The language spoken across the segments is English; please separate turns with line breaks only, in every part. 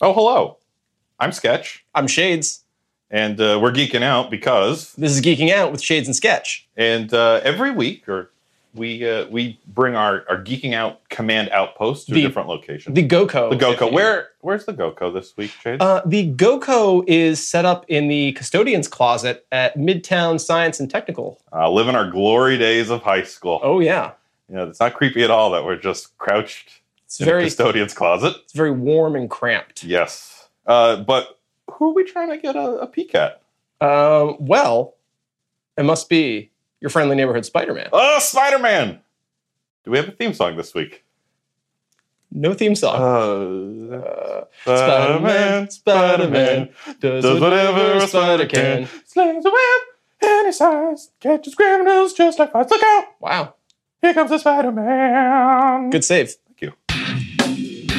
Oh, hello. I'm Sketch,
I'm Shades.
and uh, we're geeking out because.
This is Geeking Out with Shades and Sketch.
And uh, every week, or we uh, we bring our, our geeking out command outpost to
The-
a different location.
The GoCo.
The
if you-
GoCo. Where where's the GoCo this week, Jade?
Uh, the GoCo is set up in the custodian's closet at Midtown Science and Technical.
uh, living our glory days of high school.
Oh yeah,
You know, it's not creepy at all that we're just crouched
it's
in a
very it's
custodian's closet.
very warm and cramped.
Yes. Uh, but who are we trying to get a, a peek at?
Um, well, it must be your friendly neighborhood Spider-Man.
Oh, Spider Man! Do we have a theme song this week?
No theme song.
Uh,
Uh,
Spider-Man,
Spider-Man Uh, does, whatever a spider can.
Slings a web any size, catches criminals just like flies. Look out!
Wow,
Here comes the Spider Man.
good save.
Thank you.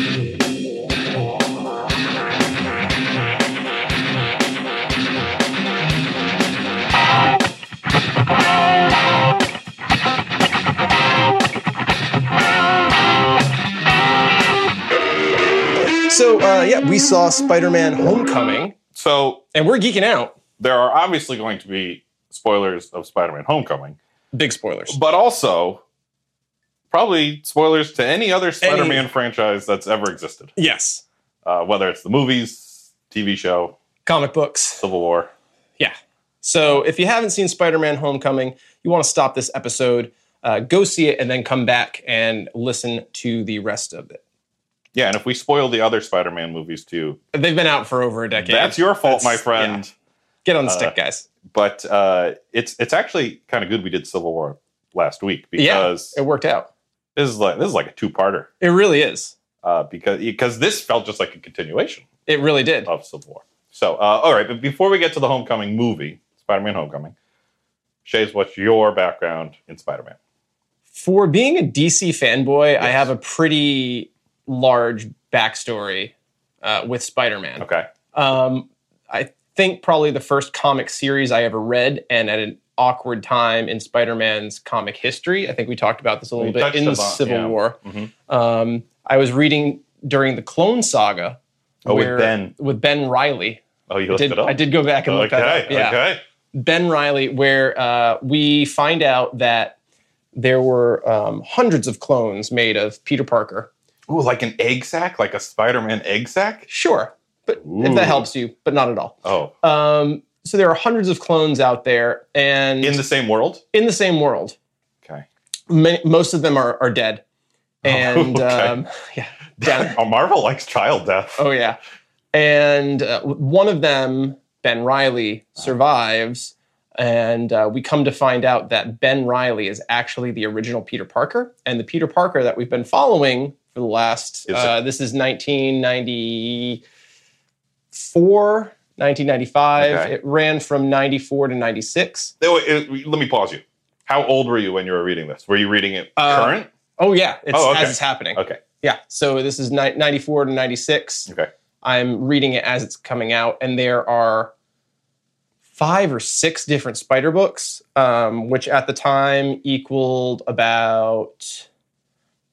So uh, yeah, we saw Spider-Man: Homecoming,
So
and we're geeking out.
there are obviously going to be spoilers of Spider Man Homecoming,
Big spoilers.
but also probably spoilers to any other Spider Man franchise that's ever existed,
Yes,
uh, whether it's the movies, TV show,
comic books.
Civil War.
So if you haven't seen Spider-Man: Homecoming, you want to stop this episode, uh, go see it, and then come back and listen to the rest of it.
Yeah, and if we spoil the other Spider Man movies too,
They've been out for over a decade.
that's your fault,
That's-
my friend.
Get on the
uh,
stick, guys.
but uh, it's it's actually kind of good we did Civil War last week because
It worked out.
this is like this is like a two parter
It really is.
uh, because because this felt just like a continuation
It really did.
of Civil War. So uh, all right, but before we get to the Homecoming movie, Spider-Man: Homecoming, Shays, what's your background in Spider-Man?
for being a DC fanboy, I
Yes.
have a pretty large backstory uh, with Spider Man.
Okay,
Um, I think probably the first comic series I ever read, and at an awkward time in Spider Man's comic history. I think we talked about this a little
We
bit
touched
in the
upon-
Civil
yeah.
War.
Mhm.
Um, I was reading during the Clone Saga.
Oh, with
where-
Ben.
With Ben Riley.
oh you
I
looked
did,
it up.
I did go back and look
Okay,
that up. Yeah.
okay.
Ben Riley, where uh, we find out that there were um, hundreds of clones made of Peter Parker.
Ooh, like an egg sack, like a Spider-Man egg sack.
Sure, but if
Ooh.
that helps you, but not at all.
Oh,
Um, so there are hundreds of clones out there, and
in the same world.
in the same world,
Okay.
many, most of them are, are dead. And
Oh, okay.
um, yeah, down,
oh, Marvel likes child death.
oh yeah, and uh, one of them, Ben Riley, survives. And uh, we come to find out that Ben Riley is actually the original Peter Parker, and the Peter Parker that we've been following for the last
Is
uh, this is 1994, 1995.
Okay.
It ran from 94 to 96.
No, wait, it- let me pause you. How old were you when you were reading this? Were you reading it
Uh,
current?
Oh yeah, it's
Oh, okay.
as it's happening.
Okay.
Yeah, so this is ni- 94 to 96.
Okay.
I'm reading it as it's coming out, and there are five or six different spider books, um, which at the time equaled about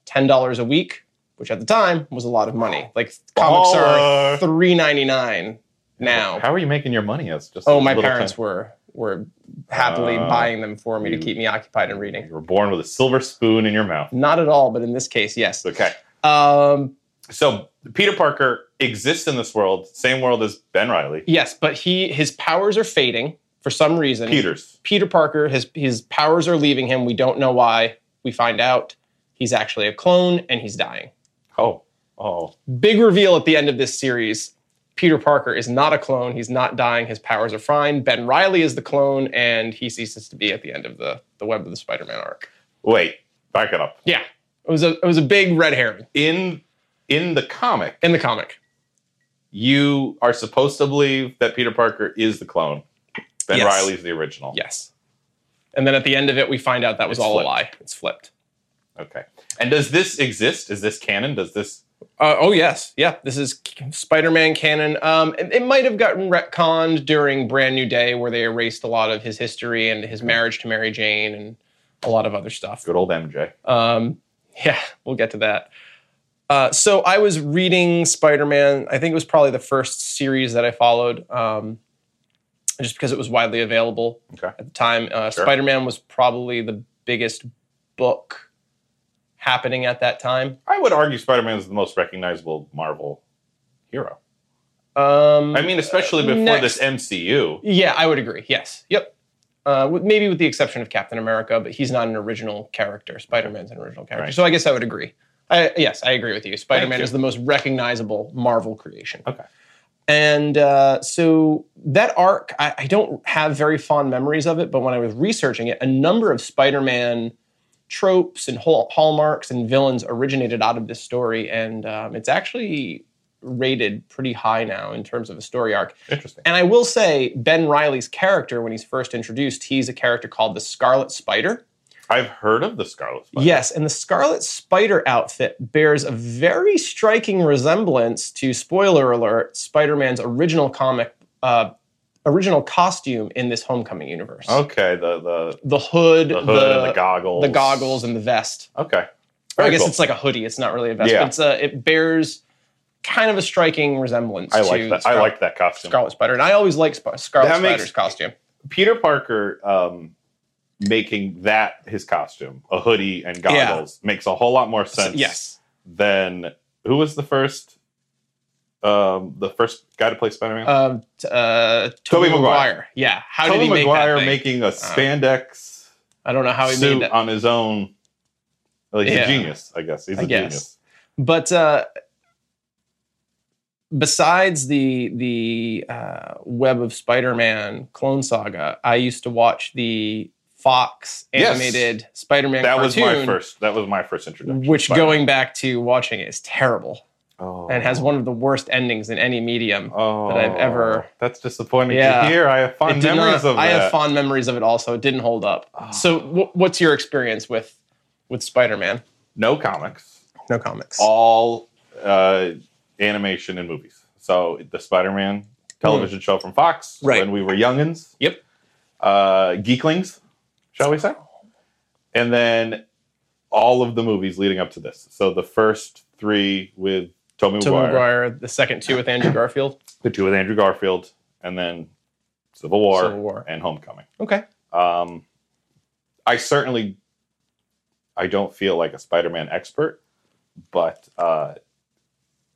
ten dollars a week, which at the time was a lot of money. Like comics are
Baller.
three ninety nine now.
How are you making your money as just?
oh,
a
my
little
parents
kid?
were were happily
Uh,
buying them for me to
you-
keep me occupied and reading.
You were born with a silver spoon in your mouth.
Not at all, but in this case, yes.
Okay,
Um,
so Peter Parker exists in this world, same world as Ben Riley.
yes, but he his powers are fading for some reason.
Peters.
Peter Parker, his his powers are leaving him. We don't know why. We find out he's actually a clone and he's dying.
Oh, oh,
Big reveal at the end of this series. Peter Parker is not a clone. He's not dying. His powers are fine. Ben Riley is the clone, and he ceases to be at the end of the, the Web of the Spider-Man arc.
wait, back it up.
Yeah, it was a it was a big red herring
In in the comic,
in the comic.
you are supposed to believe that Peter Parker is the clone. Ben
Yes.
Riley's the original.
Yes, and then at the end of it, we find out that was
It's
all
flipped.
a lie. It's flipped.
Okay. And does this exist? Is this canon? Does this
Uh, oh yes, yeah. This is Spider-Man canon. Um, it, it might have gotten retconned during Brand New Day, where they erased a lot of his history and his marriage to Mary Jane and a lot of other stuff.
good old MJ?
Um, yeah, we'll get to that. Uh, so I was reading Spider Man. I think it was probably the first series that I followed, um, just because it was widely available
Okay.
at the time. Uh,
Sure.
Spider Man was probably the biggest book happening at that time.
I would argue Spider Man is the most recognizable Marvel hero.
Um,
I mean, especially before
Next.
this MCU.
yeah, I would agree. Yes. Yep. Uh, with, maybe with the exception of Captain America, but he's not an original character. Spider Man's an original character.
Right.
So I guess I would agree. I, yes, I agree with you. Spider Man
you.
is the most recognizable Marvel creation.
Okay.
And uh, so that arc, I, I don't have very fond memories of it, but when I was researching it, a number of Spider Man tropes and hall- hallmarks and villains originated out of this story. And um, it's actually rated pretty high now in terms of a story arc.
Interesting.
And I will say, Ben Riley's character, when he's first introduced, he's a character called the Scarlet Spider.
I've heard of the Scarlet Spider.
Yes, and the Scarlet Spider outfit bears a very striking resemblance to spoiler alert Spider-Man's original comic uh, original costume in this Homecoming universe.
Okay. The the,
The hood,
the hood and the goggles.
the goggles and the vest.
Okay.
Or I
Very
guess
cool.
it's like a hoodie. It's not really a vest.
Yeah.
But it's a, it bears kind of a striking resemblance.
I
to
like that. I
Scar-
like that costume.
Scarlet Spider, and I always like Sp- Scarlet
That makes-
Spider's costume.
Peter Parker um, making that his costume, a hoodie and goggles, makes a whole lot more sense.
Yes,
Than who was the first? Um, the first guy to play Spider Man.
um, t- uh,
Tobey
Tobey
Maguire.
Maguire. Yeah, how
Tobey
did he make
Maguire
that thing? Uh.
making a spandex
I don't know how he
suit
made that.
on his own. Well, he's
Yeah.
a genius, I guess. He's
I
a
guess.
genius.
but uh, besides the the uh, web of Spider-Man clone saga, I used to watch the Fox
Yes.
animated Spider-Man
That was
cartoon,
my first. That was my first introduction. to
which
Spider-Man.
going back to watching it is terrible
Oh.
and has one of the worst endings in any medium.
oh,
I've ever-
That's disappointing
Yeah.
to hear. I have fond
It did
memories
not-
of that.
I have fond memories of it. Also, it didn't hold up.
Oh.
So, wh- what's your experience with with Spider-Man?
no comics.
No comics.
all uh, animation and movies. So the Spider-Man television show from Fox
Hmm. Right.
when we were youngins.
Yep.
Uh, geeklings, shall we say? And then all of the movies leading up to this. So the first three with Tobey
Tobey
Maguire,
Maguire, the second two with Andrew Garfield.
the two with Andrew Garfield, and then Civil War,
Civil War.
and Homecoming.
Okay.
Um, I certainly, I don't feel like a Spider-Man expert, but uh,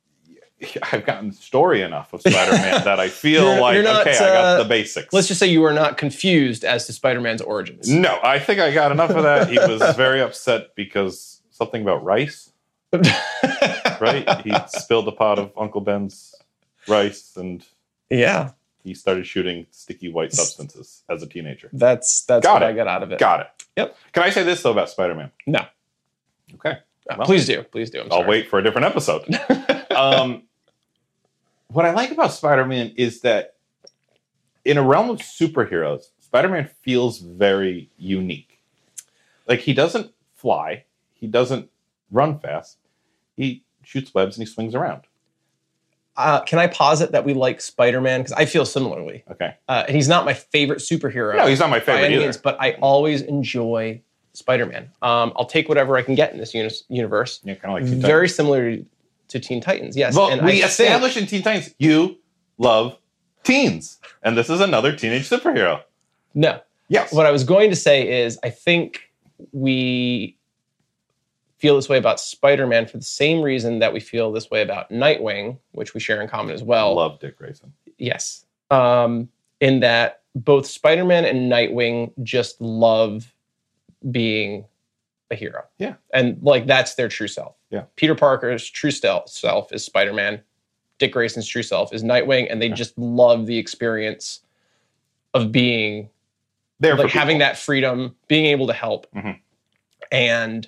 I've gotten story enough of Spider-Man that I feel
You're-
like
you're not,
okay, I got
uh,
the basics.
Let's just say you were not confused as to Spider-Man's origins.
no, I think I got enough of that. He was very upset because something about rice, right? He spilled a pot of Uncle Ben's rice and.
yeah,
He started shooting sticky white substances as a teenager.
that's that's
Got
what
it.
I got out of it.
Got it.
Yep.
Can I say this though about Spider-Man?
No.
Okay.
Uh,
Well,
please do, please do. I'm
I'll
sorry.
wait for a different episode. um, what I like about Spider Man is that in a realm of superheroes, Spider Man feels very unique. Like he doesn't fly, he doesn't run fast, he shoots webs and he swings around.
Uh, can I posit that we like Spider-Man because I feel similarly,
Okay.
uh, and he's not my favorite superhero
No, he's not my
by
favorite
any
either.
means, but I always enjoy Spider-Man. Um, I'll take whatever I can get in this uni- universe.
Yeah, kind of like Teen
Very similar to Teen Titans, yes.
Titans. Well,
and I
we
think-
established in Teen Titans you love teens, and this is another teenage superhero.
no.
Yes.
what I was going to say is I think we feel this way about Spider-Man for the same reason that we feel this way about Nightwing, which we share in common as
I
well.
love Dick Grayson.
Yes. Um, in that both Spider-Man and Nightwing just love being a hero.
Yeah.
And like that's their true self.
Yeah.
Peter Parker's true sel- self is Spider-Man. Dick Grayson's true self is Nightwing, and they
Yeah.
just love the experience of being
There
like
for
having
people.
that freedom, being able to help,
Mhm.
and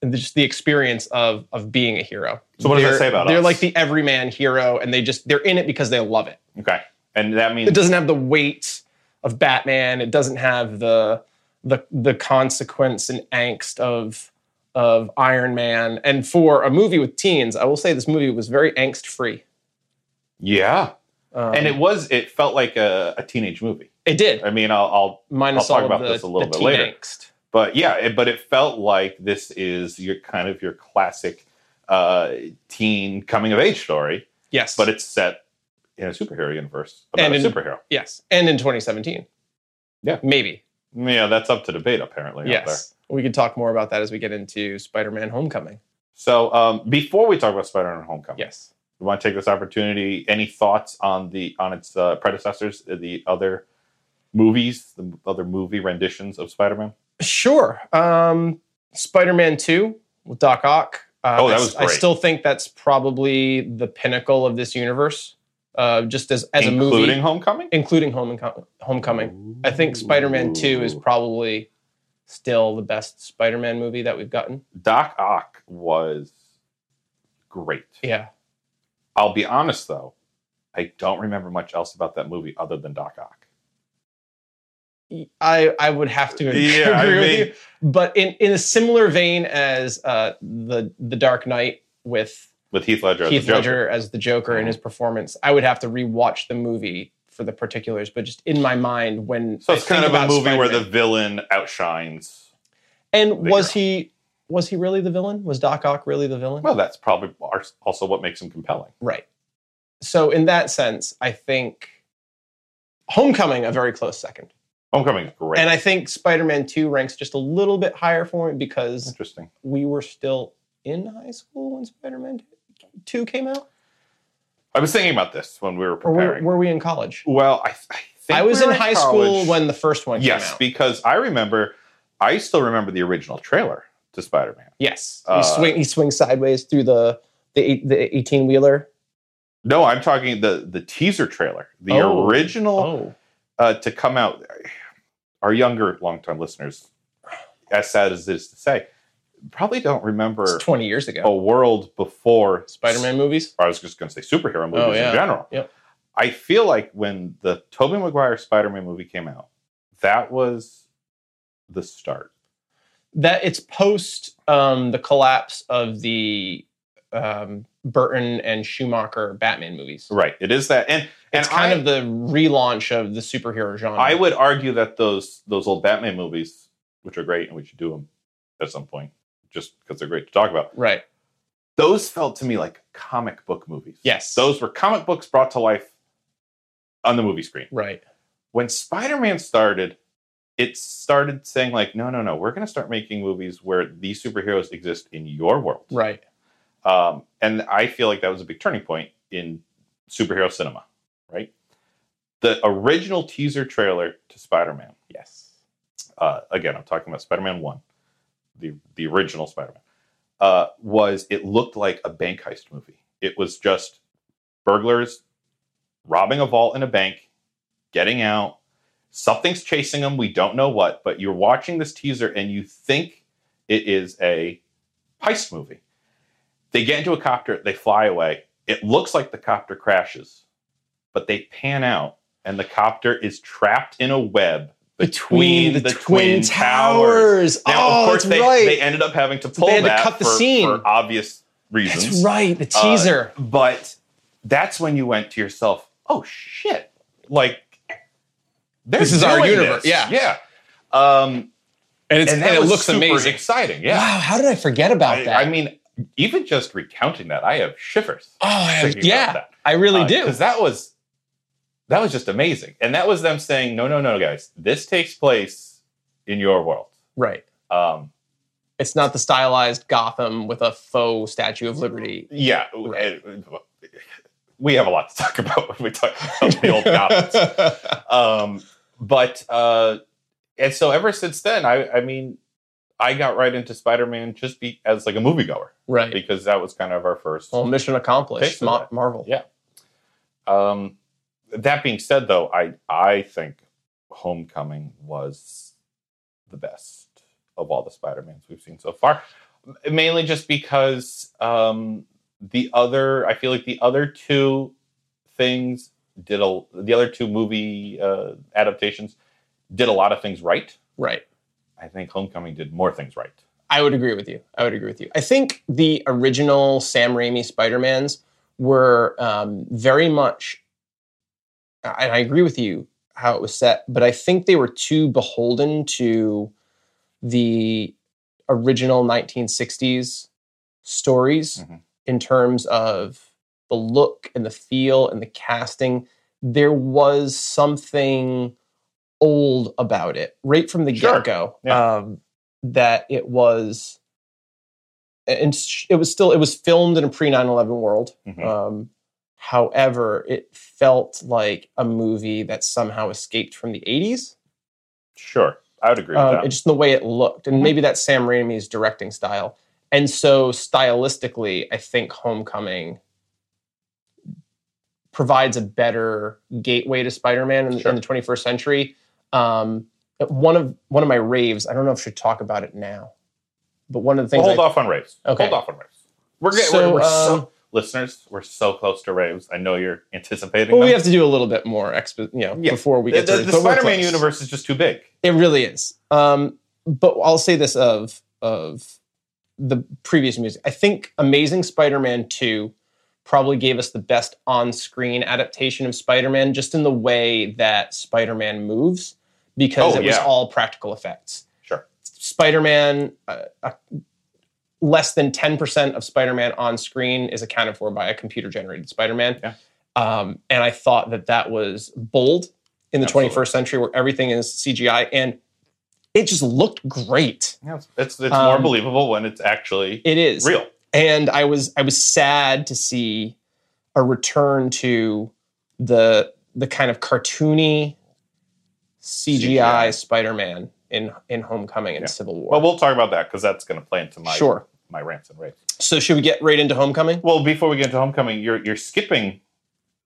the- just the experience of of being a hero.
So what does that
they're,
say about
They're
us?
like the everyman hero, and they just they're in it because they love it.
Okay. And that means
It doesn't have the weight of Batman. It doesn't have the the the consequence and angst of of Iron Man. And for a movie with teens, I will say this movie was very angst free.
Yeah,
Um,
and it was. It felt like a, a teenage movie.
it did
I mean, I'll, I'll
minus
I'll
all
talk
of
about
the,
this a little
the
bit
teen
later.
angst.
but yeah, it, but it felt like this is your kind of your classic uh, teen coming of age story,
Yes.
but it's set in a superhero universe about
And
a
in-
superhero.
yes. And in 2017.
Yeah.
Maybe.
Yeah, that's up to debate apparently. Out there.
yes. We could talk more about that as we get into Spider-Man Homecoming.
So um, before we talk about Spider-Man: Homecoming,
Yes.
we want to take this opportunity. Any thoughts on the on its uh, predecessors, the other movies, the other movie renditions of Spider-Man?
Sure. Um, Spider Man 2 with Doc Ock. Uh,
Oh, that
I s-
was
I
great.
still think that's probably the pinnacle of this universe, uh, just as, as a
including
movie,
Homecoming.
including Home Homecoming. I think Spider Man 2 is
Ooh.
probably still the best Spider Man movie that we've gotten.
Doc Ock was great.
Yeah.
I'll be honest though, I don't remember much else about that movie other than Doc Ock.
I, I would have to agree,
Yeah, I
with
mean-
you. But in, in a similar vein as uh, the, the Dark Knight with
With Heath Ledger,
Keith
as the Joker. Mm-hmm.
Ledger as the Joker and his performance. I would have to rewatch the movie for the particulars, but just in my mind when
So
I
it's
think
kind of a
about
movie where the
Spider-Man-
villain outshines.
and
the
was he was he really the villain? Was Doc Ock really the villain?
Well, that's probably ar- also what makes him compelling.
right. So in that sense, I think Homecoming a very close second,
Homecoming is great.
and I think Spider-Man Two ranks just a little bit higher for me because
Interesting.
we were still in high school when Spider-Man Two came out,
I was thinking about this when we were
or were,
preparing.
were we in college?
well, I, I think
I was
we
in
were
high
college.
school when the first one came out.
Yes, because I remember, I still remember the original trailer to Spider Man.
Yes,
Uh,
he swing he swings sideways through the the eight, the eighteen wheeler.
No, I'm talking the the teaser trailer, the
Oh.
original
Oh,
uh, to come out. Our younger, longtime listeners, as sad as it is to say, probably don't remember
it's twenty years ago.
a world before
Spider-Man movies.
I was just going to say superhero movies
Oh, yeah.
in general.
Yep.
I feel like when the Tobey Maguire Spider-Man movie came out, that was the start.
That it's post um, the collapse of the um, Burton and Schumacher Batman movies.
Right. It is that, and and
It's kind
I,
of the relaunch of the superhero genre.
I would argue that those those old Batman movies, which are great, and we should do them at some point, just because they're great to talk about.
right.
Those felt to me like comic book movies.
Yes.
Those were comic books brought to life on the movie screen.
Right.
When Spider-Man started, it started saying like, no, no, no, we're going to start making movies where these superheroes exist in your world.
Right.
Um, and I feel like that was a big turning point in superhero cinema, right? The original teaser trailer to Spider-Man
Yes.
uh, again, I'm talking about Spider-Man One, the the original Spider-Man, uh, was it looked like a bank heist movie. It was just burglars robbing a vault in a bank, getting out. Something's chasing them. We don't know what, but you're watching this teaser and you think it is a heist movie. They get into a copter. They fly away. It looks like the copter crashes, but they pan out and the copter is trapped in a web between, the, twin, towers. Now,
oh,
of course,
that's
they,
right.
they ended up having to pull
They had to
that
cut the
for,
scene.
for obvious reasons.
that's right. The
Uh,
teaser.
But that's when you went to yourself, "Oh shit!" Like they're
This is our
doing
universe.
this.
Yeah.
yeah. Um,
and it's,
and, that
and it
was
looks
super
amazing.
exciting. Yeah,
Wow. How did I forget about
I,
that?
I mean, even just recounting that, I have shivers.
oh, I,
thinking about
yeah.
that.
I really do.
because that was that was just amazing, and that was them saying, "No, no, no, guys, this takes place in your world."
Right.
Um,
It's not the stylized Gotham with a faux Statue of Liberty.
Yeah,
Right.
and- uh, we have a lot to talk about when we talk about the old novels. Um, but uh, and so ever since then, I, I mean, I got right into Spider-Man just be, as like a moviegoer
right.
because that was kind of our first.
Well, mission accomplished.
Thanks for
Ma-
that.
Marvel.
Yeah. Um, that being said, though, I I think Homecoming was the best of all the Spider-Mans we've seen so far, M- mainly just because um, the other I feel like the other two things did a the other two movie uh, adaptations did a lot of things right.
Right.
I think Homecoming did more things right.
I would agree with you. I would agree with you. I think the original Sam Raimi Spider Mans were um, very much, and I agree with you how it was set, but I think they were too beholden to the original 1960s stories
Mhm.
in terms of the look and the feel and the casting. There was something old about it right from the
Sure.
get go.
Yeah.
Um, that it was, and sh- it was still it was filmed in a pre 9-11 world.
Mhm.
Um, however, it felt like a movie that somehow escaped from the 80s,
Sure, I would agree with
um,
that.
and just in the way it looked. And
Mhm.
maybe that's Sam Raimi's directing style. And so, stylistically, I think Homecoming provides a better gateway to Spider-Man in,
Sure.
in the 21st century. Um, one of one of my raves. I don't know if I should talk about it now, but one of the
Well,
things.
hold
I,
off on raves.
Okay.
Hold off on raves. We're getting
So,
we're, we're
um,
so listeners. We're so close to raves. I know you're anticipating.
well, we
them.
have to do a little bit more expo- you know,
Yeah.
before we get
the,
to
the,
it,
the
but we're
Spider-Man
close.
universe is just too big.
It really is. Um, but I'll say this of of the previous music. I think Amazing Spider-Man 2 probably gave us the best on-screen adaptation of Spider-Man just in the way that Spider-Man moves because
Oh,
it was
yeah.
all practical effects.
Sure.
Spider-Man uh, uh, less than 10% of Spider-Man on screen is accounted for by a computer generated Spider-Man.
Yeah.
Um, and I thought that that was bold in the
Absolutely.
21st century where everything is CGI and it just looked great.
Yeah, it's it's, it's
Um,
more believable when it's actually
It is.
real.
And I was I was sad to see a return to the the kind of cartoony CGI,
CGI.
Spider-Man in in Homecoming and
Yeah.
Civil War.
Well, we'll talk about that because that's going to play into my
sure.
my rants and raves.
So should we get right into Homecoming?
Well, before we get into Homecoming, you're you're skipping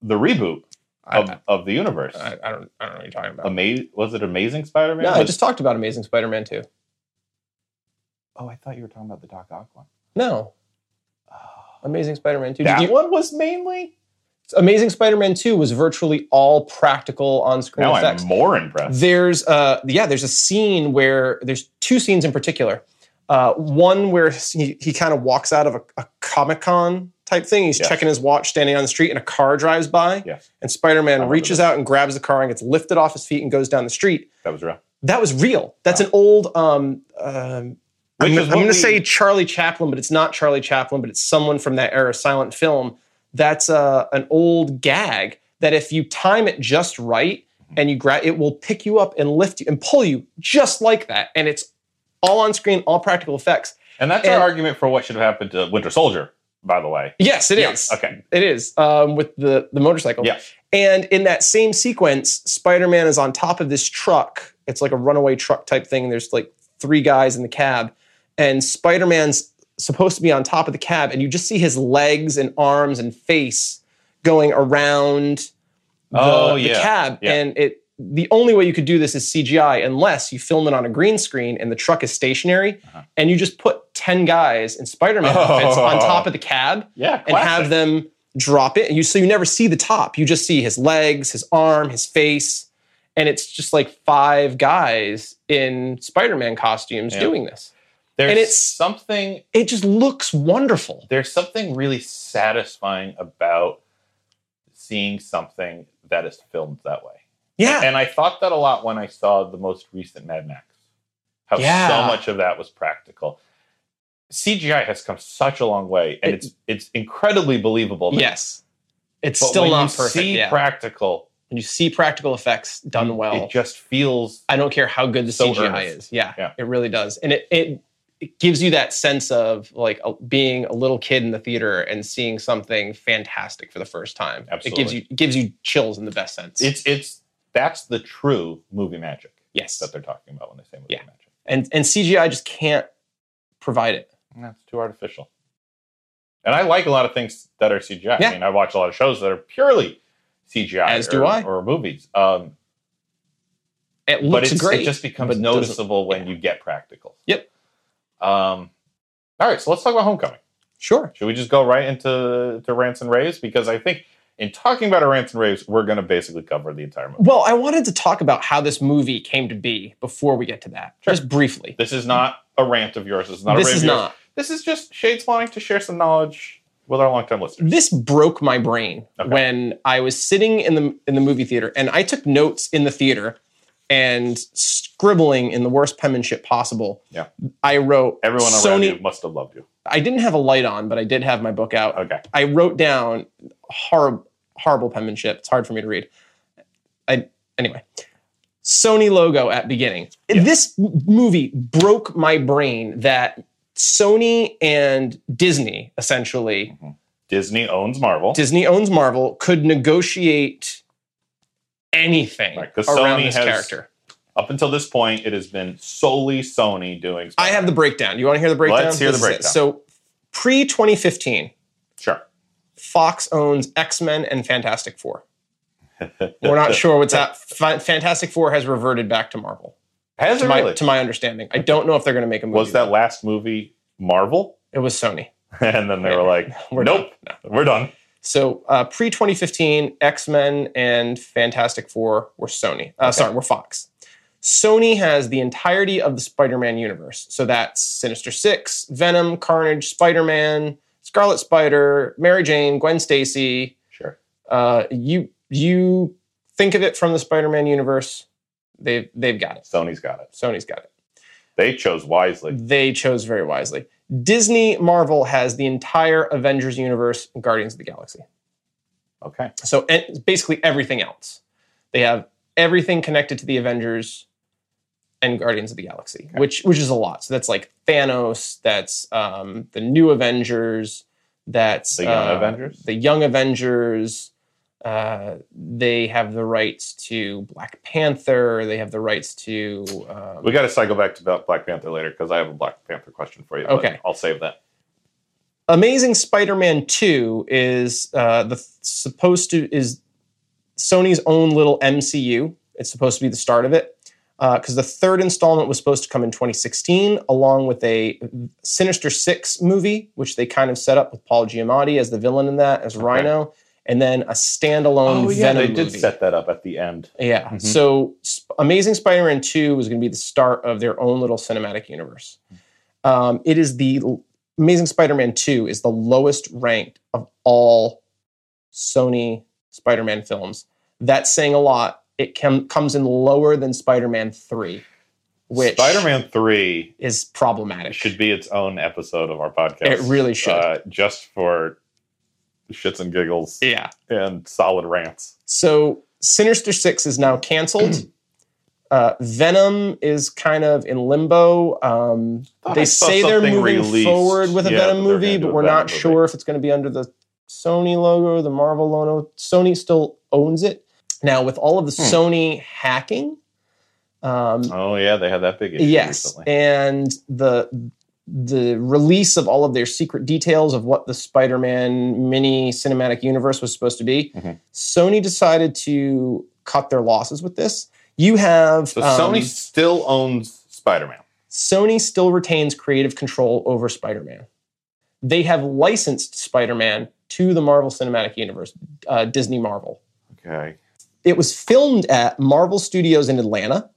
the reboot of,
I,
of the universe.
I, I don't I don't know what you're talking about.
Ama- was it Amazing Spider-Man?
Um, no, I
Was-
just talked about Amazing Spider-Man 2.
oh, I thought you were talking about the Doc Ock one.
No,
Oh.
Amazing Spider-Man 2. Did
That
you-
one was mainly.
Amazing Spider-Man 2 was virtually all practical on-screen
Now
effects.
I'm more impressed.
There's uh yeah, there's a scene where there's two scenes in particular. Uh, one where he, he kind of walks out of a, a Comic Con type thing. He's
Yes.
checking his watch, standing on the street, and a car drives by.
Yes.
And Spider
I
Man
remember
reaches
this.
out and grabs the car and gets lifted off his feet and goes down the street.
That was real.
That was real. That's an old um, um,
Which
I'm,
is
I'm
what
going
we-
to say Charlie Chaplin, but it's not Charlie Chaplin, but it's someone from that era, silent film. That's uh, an old gag that if you time it just right and you grab, it will pick you up and lift you and pull you just like that. And it's all on screen, all practical effects.
And that's
And-
our argument for what should have happened to Winter Soldier, by the way.
Yes, it is.
Yeah, Okay.
It is um, with the the motorcycle.
Yeah.
And in that same sequence, Spider Man is on top of this truck. It's like a runaway truck type thing. There's like three guys in the cab, and Spider Man's supposed to be on top of the cab, and you just see his legs and arms and face going around the,
Oh,
the
yeah.
cab.
Yeah.
And it the only way you could do this is CGI unless you film it on a green screen and the truck is stationary,
Uh-huh.
and you just put ten guys in Spider Man outfits on
Oh.
top of the cab
Yeah.
and have
classic.
them drop it. And you so you never see the top. You just see his legs, his arm, his face, and it's just like five guys in Spider-Man costumes
Yeah.
doing this.
There's
and it's-
something
It just looks wonderful.
there's something really satisfying about seeing something that is filmed that way.
Yeah.
And I thought that a lot when I saw the most recent Mad Max. How
Yeah.
so much of that was practical. CGI has come such a long way, and
It-
it's it's incredibly believable. now.
yes. It's
But
still
when
not
you
perfect.
See
yeah.
practical
when you see practical effects done well,
It just feels
I don't care how good the
So
CGI
earnest.
is. Yeah,
Yeah.
It really does. And it, it it gives you that sense of like a, being a little kid in the theater and seeing something fantastic for the first time. It gives
Absolutely.
you it gives you chills in the best sense.
it's it's that's the true movie magic
yes.
that they're talking about when they say movie
Yeah.
magic.
And and CGI just can't provide it.
That's too artificial. And I like a lot of things that are CGI.
Yeah.
I mean, I watch a lot of shows that are purely CGI
As
or,
do I.
or movies. Um,
It
but
looks
it's,
great.
it just
but
becomes
it doesn't-
noticeable when you get practical.
Yep.
Um, all right, so let's talk about Homecoming.
sure.
Should we just go right into to rants and raves? Because I think in talking about our rants and raves, we're going to basically cover the entire movie.
Well, I wanted to talk about how this movie came to be before we get to that,
Sure.
just briefly.
This is not a rant of yours. This is not a
this
rave
is
of yours.
not.
This is just Shades wanting to share some knowledge with our longtime listeners.
this broke my brain
Okay.
when I was sitting in the in the movie theater and I took notes in the theater and scribbling in the worst penmanship possible.
Yeah.
I wrote
Everyone around
Sony
you must have loved you.
I didn't have a light on, but I did have my book out.
Okay.
I wrote down horrible, horrible penmanship. It's hard for me to read. I anyway. Sony logo at beginning.
Yeah.
This m- movie broke my brain that Sony and Disney essentially
Disney owns Marvel.
Disney owns Marvel could negotiate anything
Right, 'cause
around
Sony
this
has-
character.
Up until this point, it has been solely Sony doing.
I have the breakdown. You want to hear the breakdown?
Let's hear the
This is it.
breakdown.
So pre 2015,
sure.
Fox owns X Men and Fantastic Four. We're not sure what's that. Fantastic Four has reverted back to Marvel,
Has
to
it
my,
really?
to my understanding. I don't know if they're going to make a movie.
was that last movie Marvel?
It was Sony.
And then they were like,
We're
"Nope,
done.
we're done."
So uh, pre 2015, X Men and Fantastic Four were Sony. Uh, Sorry, were Fox. Sony has the entirety of the Spider Man universe. So that's Sinister Six, Venom, Carnage, Spider Man, Scarlet Spider, Mary Jane, Gwen Stacy.
Sure.
Uh, you you think of it from the Spider Man universe. They've they've got it.
Sony's got it.
Sony's got it.
They chose wisely.
They chose very wisely. Disney Marvel has the entire Avengers universe, and Guardians of the Galaxy.
Okay.
So and basically everything else. They have everything connected to the Avengers and Guardians of the Galaxy,
Okay.
which which is a lot. So that's like Thanos, that's um, the new Avengers, that's
The Young
uh,
Avengers?
The Young Avengers. Uh, they have the rights to Black Panther. They have the rights to. Um,
We got to cycle back to Bla- Black Panther later because I have a Black Panther question for you. but
Okay.
I'll save that.
Amazing Spider-Man 2 is uh, the supposed to is Sony's own little MCU. It's supposed to be the start of it because the third installment was supposed to come in 2016, along with a Sinister Six movie, which they kind of set up with Paul Giamatti as the villain in that, as Rhino, and then a standalone Oh, Venom
Oh, they did
movie.
set that up at the end.
Yeah.
Mhm.
So Sp- Amazing Spider-Man 2 was going to be the start of their own little cinematic universe.
Mm-hmm.
Um, it is the Amazing Spider-Man 2 is the lowest ranked of all Sony Spider-Man films. That's saying a lot. It com- comes in lower than Spider-Man 3, which
Spider-Man Three
is problematic.
should be its own episode of our podcast.
It really should.
uh, just for shits and giggles
yeah.
and solid rants.
So Sinister Six is now canceled. uh, Venom is kind of in limbo. Um,
Thought I
they
saw
say they're
something
moving
released.
forward with a
Yeah,
Venom
that they're gonna
movie,
do
but
a
we're
Venom
not
movie.
sure if it's going to be under the Sony logo, the Marvel logo. Sony still owns it. Now, with all of the
Hmm.
Sony hacking, um,
Oh yeah, they had that big issue
yes,
recently.
and the the release of all of their secret details of what the Spider-Man mini cinematic universe was supposed to be,
Mhm.
Sony decided to cut their losses with this. You have
So
um,
Sony still owns Spider-Man.
Sony still retains creative control over Spider Man. They have licensed Spider Man to the Marvel Cinematic Universe, uh, Disney Marvel.
Okay.
It was filmed at Marvel Studios in Atlanta.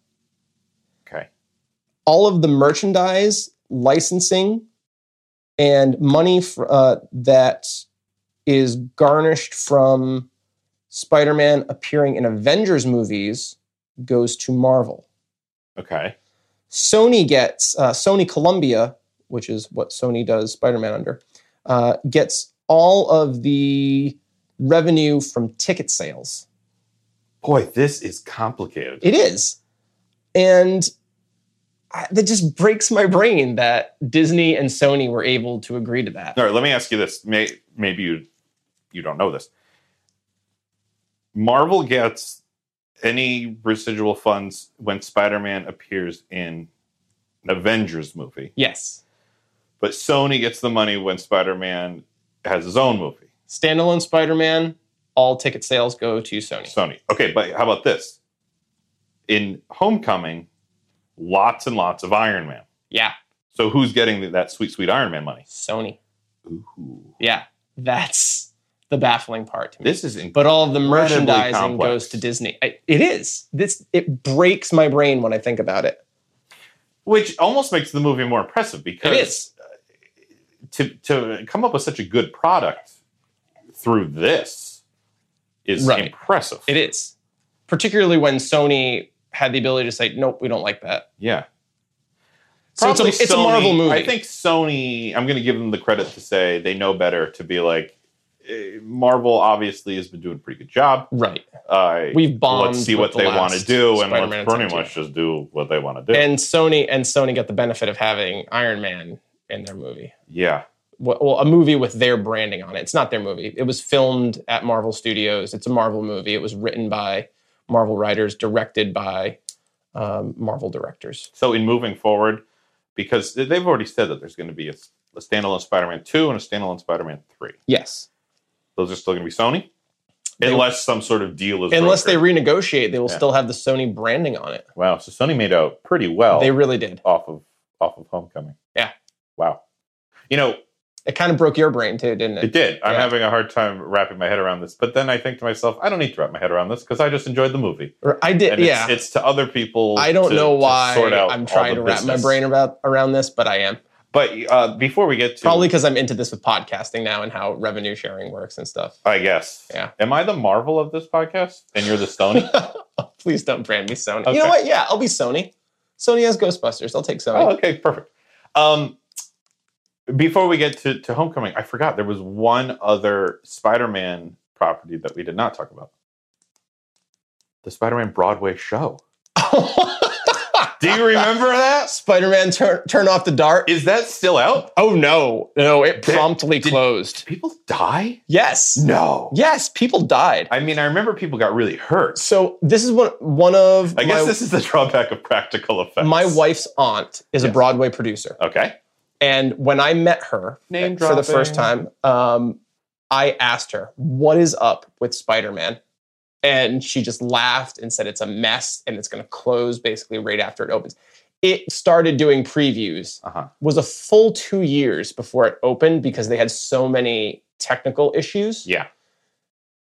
Okay.
All of the merchandise, licensing, and money fr- uh, that is garnished from Spider Man appearing in Avengers movies goes to Marvel.
Okay.
Sony gets uh, Sony Columbia, which is what Sony does Spider-Man under, uh, gets all of the revenue from ticket sales.
Boy, this is complicated.
It is, and I, that just breaks my brain that Disney and Sony were able to agree to that.
All right, let me ask you this. May, maybe you you don't know this. Marvel gets any residual funds when Spider-Man appears in an Avengers movie,
Yes,
but Sony gets the money when Spider-Man has his own movie.
standalone Spider-Man, all ticket sales go to Sony.
Sony. Okay, but how about this? In Homecoming, lots and lots of Iron Man.
Yeah,
So who's getting that sweet, sweet Iron Man money?
Sony.
Ooh.
Yeah, that's the baffling part to me.
This is inc-
but all of the
Incredibly
merchandising
complex.
goes to Disney. I, it is this. It breaks my brain when I think about it.
which almost makes the movie more impressive
It
because
is.
to to come up with such a good product through this is
Right.
impressive.
It is. Particularly when Sony had the ability to say, "Nope, we don't like that."
Yeah.
So it's a- it's a Marvel movie.
I think Sony. I'm going to give them the credit to say they know better to be like, eh, Marvel obviously has been doing a pretty good job.
Right.
Uh,
We've bombed.
let's see what
with the
they want to
last
do, and
Spider-Man
let's pretty
attempt, yeah.
much just do what they want to do.
And Sony and Sony got the benefit of having Iron Man in their movie.
yeah,
Well, well, a movie with their branding on it. It's not their movie. It was filmed at Marvel Studios. It's a Marvel movie. It was written by Marvel writers, directed by um, Marvel directors.
So in moving forward, because they've already said that there's going to be a, a standalone Spider-Man two and a standalone Spider-Man three.
Yes.
Those are still going to be Sony,
They-
unless some sort of deal is.
Unless they
brokered.
renegotiate, they will
Yeah.
still have the Sony branding on it.
wow. So Sony made out pretty well
They really did.
off of off of Homecoming.
Yeah.
Wow. You know,
It kind of broke your brain too, didn't it?
it did. I'm
Yeah.
having a hard time wrapping my head around this, but then I think to myself, I don't need to wrap my head around this because I just enjoyed the movie.
Or I did.
And
yeah.
it's, it's to other people.
I don't
to-
know
to
why
sort out all
I'm trying
the
to wrap my
business.
brain about around this, but I am.
But uh, before we get to
Probably because I'm into this with podcasting now and how revenue sharing works and stuff.
I guess.
Yeah.
Am I the Marvel of this podcast? And you're the Sony?
Please don't brand me Sony.
Okay.
You know what? Yeah, I'll be Sony. Sony has Ghostbusters. I'll take Sony.
oh, okay, perfect. Um, before we get to, to Homecoming, I forgot there was one other Spider Man property that we did not talk about the Spider Man Broadway show. Oh. Do you remember that?
Spider-Man turn turn off the dart.
Is that still out?
oh no, no! It
Did-
promptly
did-
closed.
People die?
Yes,
No.
yes, people died.
I mean, I remember people got really hurt.
So this is one one of
I guess
my,
this is the drawback of practical effects.
my wife's aunt is a
Yes.
Broadway producer.
Okay.
And when I met her
Name
for the first
dropping.
time, um, I asked her, What is up with Spider Man? And she just laughed and said, It's a mess and it's going to close basically right after it opens. It started doing previews,
Uh huh.
was a full two years before it opened because they had so many technical issues.
Yeah.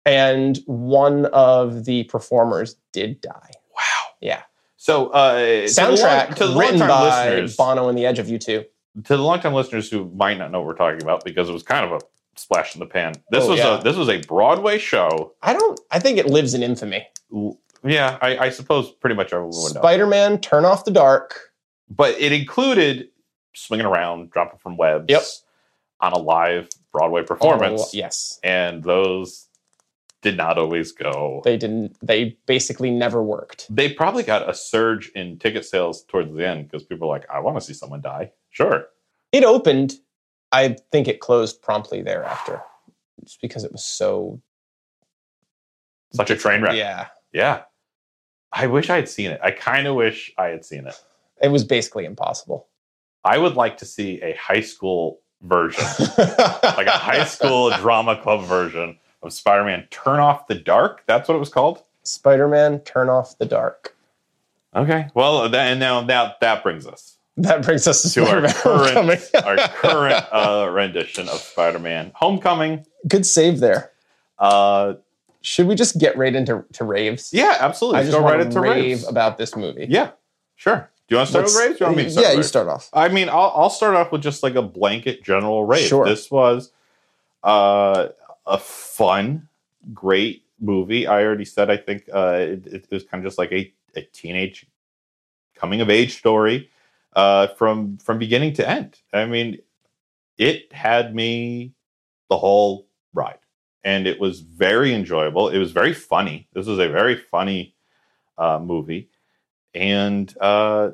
And one of the performers did die.
Wow.
Yeah.
So uh, to the long-
Soundtrack
to the
written
long-time
by
listeners,
Bono and the Edge of You Two.
to the longtime listeners who might not know what we're talking about because it was kind of a splash in the pan. This
Oh,
was
yeah.
a this was a Broadway show.
I don't. I think it lives in infamy.
L- Yeah, I, I suppose pretty much everyone would know.
Spider Man, turn off the dark.
But it included swinging around, dropping from webs
Yep.
on a live Broadway performance,
Oh, yes,
and those did not always go.
they didn't. They basically never worked.
They probably got a surge in ticket sales towards the end because people were like, "I want to see someone die." Sure,
It opened. I think it closed promptly thereafter, just because it was so.
such a train wreck.
Yeah,
yeah. I wish I had seen it. I kind of wish I had seen it.
it was basically impossible.
I would like to see a high school version, like
like
a high school drama club version of Spider Man Turn Off the Dark. That's what it was called.
Spider Man, turn off the dark.
Okay. Well, that, and now that, that brings us
That brings us to,
to our
Spider-Man Homecoming.
current, our current uh, rendition of Spider Man Homecoming.
Good save there.
Uh,
Should we just get right into to raves?
yeah, absolutely.
I
Let's
just
go right
want
into
to rave
raves.
about this movie.
Yeah, sure. Do you want to start
Let's-
with raves? Do you want me to start
yeah,
with
you
raves?
start off.
I mean, I'll, I'll start off with just like a blanket general rave.
Sure.
This was uh, a fun, great movie. I already said I think uh, it, it was kind of just like a, a teenage coming of age story uh, from from beginning to end. I mean, it had me the whole ride, and it was very enjoyable. It was very funny. This was a very funny uh, movie, and. Uh,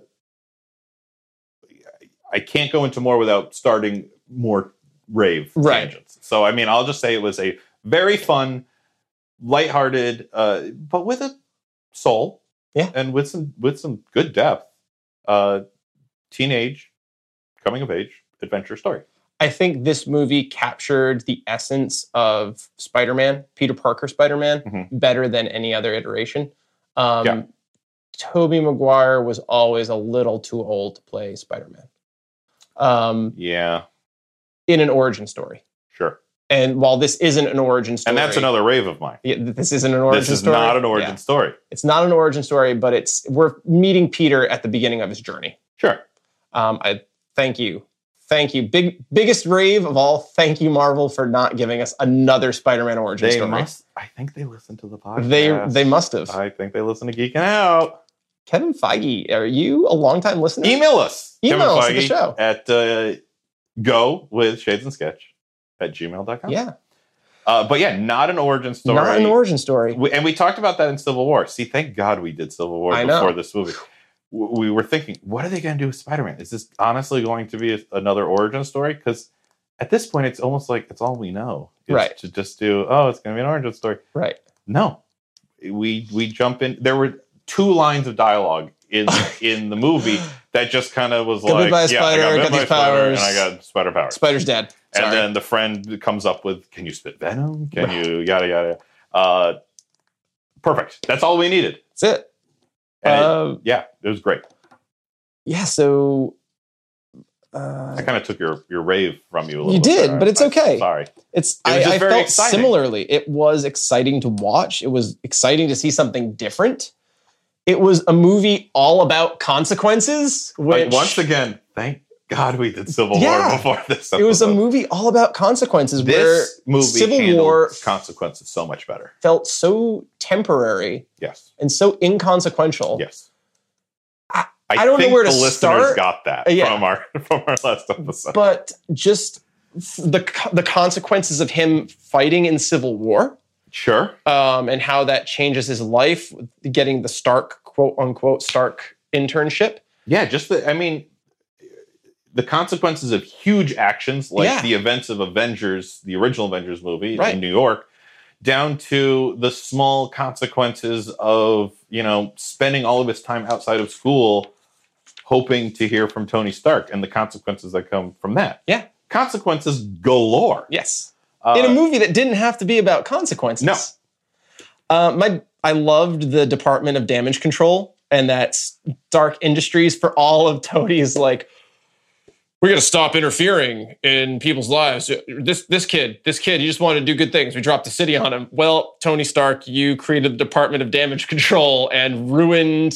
I can't go into more without starting more rave
Right.
tangents. So I mean, I'll just say it was a very fun, lighthearted, uh, but with a soul,
Yeah.
and with some with some good depth, uh, teenage, coming of age adventure story.
I think this movie captured the essence of Spider Man, Peter Parker Spider Man,
Mhm.
better than any other iteration. Um,
Yeah.
Tobey Maguire was always a little too old to play Spider Man um,
Yeah,
in an origin story.
sure.
And while this isn't an origin story,
And that's another rave of mine.
Yeah, th- this isn't an origin
this is
story.
not an origin
Yeah.
story.
It's not an origin story, but it's we're meeting Peter at the beginning of his journey.
Sure.
Um, I thank you, thank you. Big biggest rave of all. Thank you, Marvel, for not giving us another Spider-Man origin
They
story.
must. I think they listen to the podcast.
they they must have.
I think they listen to Geeking Out.
Kevin Feige, are you a longtime listener?
Email us.
Email us at
Kevin
the
Feige
show.
At uh, go with shades and sketch at gmail.com.
Yeah,
Uh, but yeah, not an origin story.
not an origin story.
We- and we talked about that in Civil War. See, thank God we did Civil War
I know.
before this movie. W- We were thinking, what are they going to do with Spider Man? Is this honestly going to be a, another origin story? Because at this point, it's almost like it's all we know. is
Right.
To just do, oh, it's going to be an origin story.
Right.
No, we we jump in. There were two lines of dialogue in in the movie that just kind of was
Got bit
like,
by a spider,
I got, bit
got
by a
these
spider, and I
powers.
got spider powers.
Spider's dead. Sorry.
And then the friend comes up with, "Can you spit venom? Can
Right.
you yada yada?" Uh, perfect. That's all we needed.
That's it.
And it-
Uh,
yeah, it was great.
yeah, so uh,
I kind of took your your rave from you. a little
You
bit
did,
there.
but it's
I'm
okay.
Sorry.
it's
was
I,
just
I
very
felt
exciting.
similarly. It was exciting to watch. It was exciting to see something different. It was a movie all about consequences. Which
Like, once again, thank God we did Civil
Yeah.
War before this.
it was a
episode.
movie all about consequences. where
This movie
Civil
handled
War-
consequences so much better.
felt so temporary
Yes.
and so inconsequential.
Yes.
Oh. I- I don't know where to
the listeners
start.
got that
Uh, yeah.
from our from our last episode.
But just f- the co- the consequences of him fighting in civil war
sure.
um, and how that changes his life, getting the Stark quote unquote Stark internship.
Yeah, just the I mean the consequences of huge actions like
Yeah.
the events of Avengers, the original Avengers movie
Right.
in New York, down to the small consequences of, you know, spending all of his time outside of school hoping to hear from Tony Stark and the consequences that come from that.
Yeah.
Consequences galore.
Yes,
Uh,
in a movie that didn't have to be about consequences.
No.
Uh, my I loved the Department of Damage Control and that Stark Industries for all of Tony's like. We got to stop interfering in people's lives. Uh, This this kid, this kid, he just wanted to do good things. We dropped the city on him. Well, Tony Stark, you created the Department of Damage Control and ruined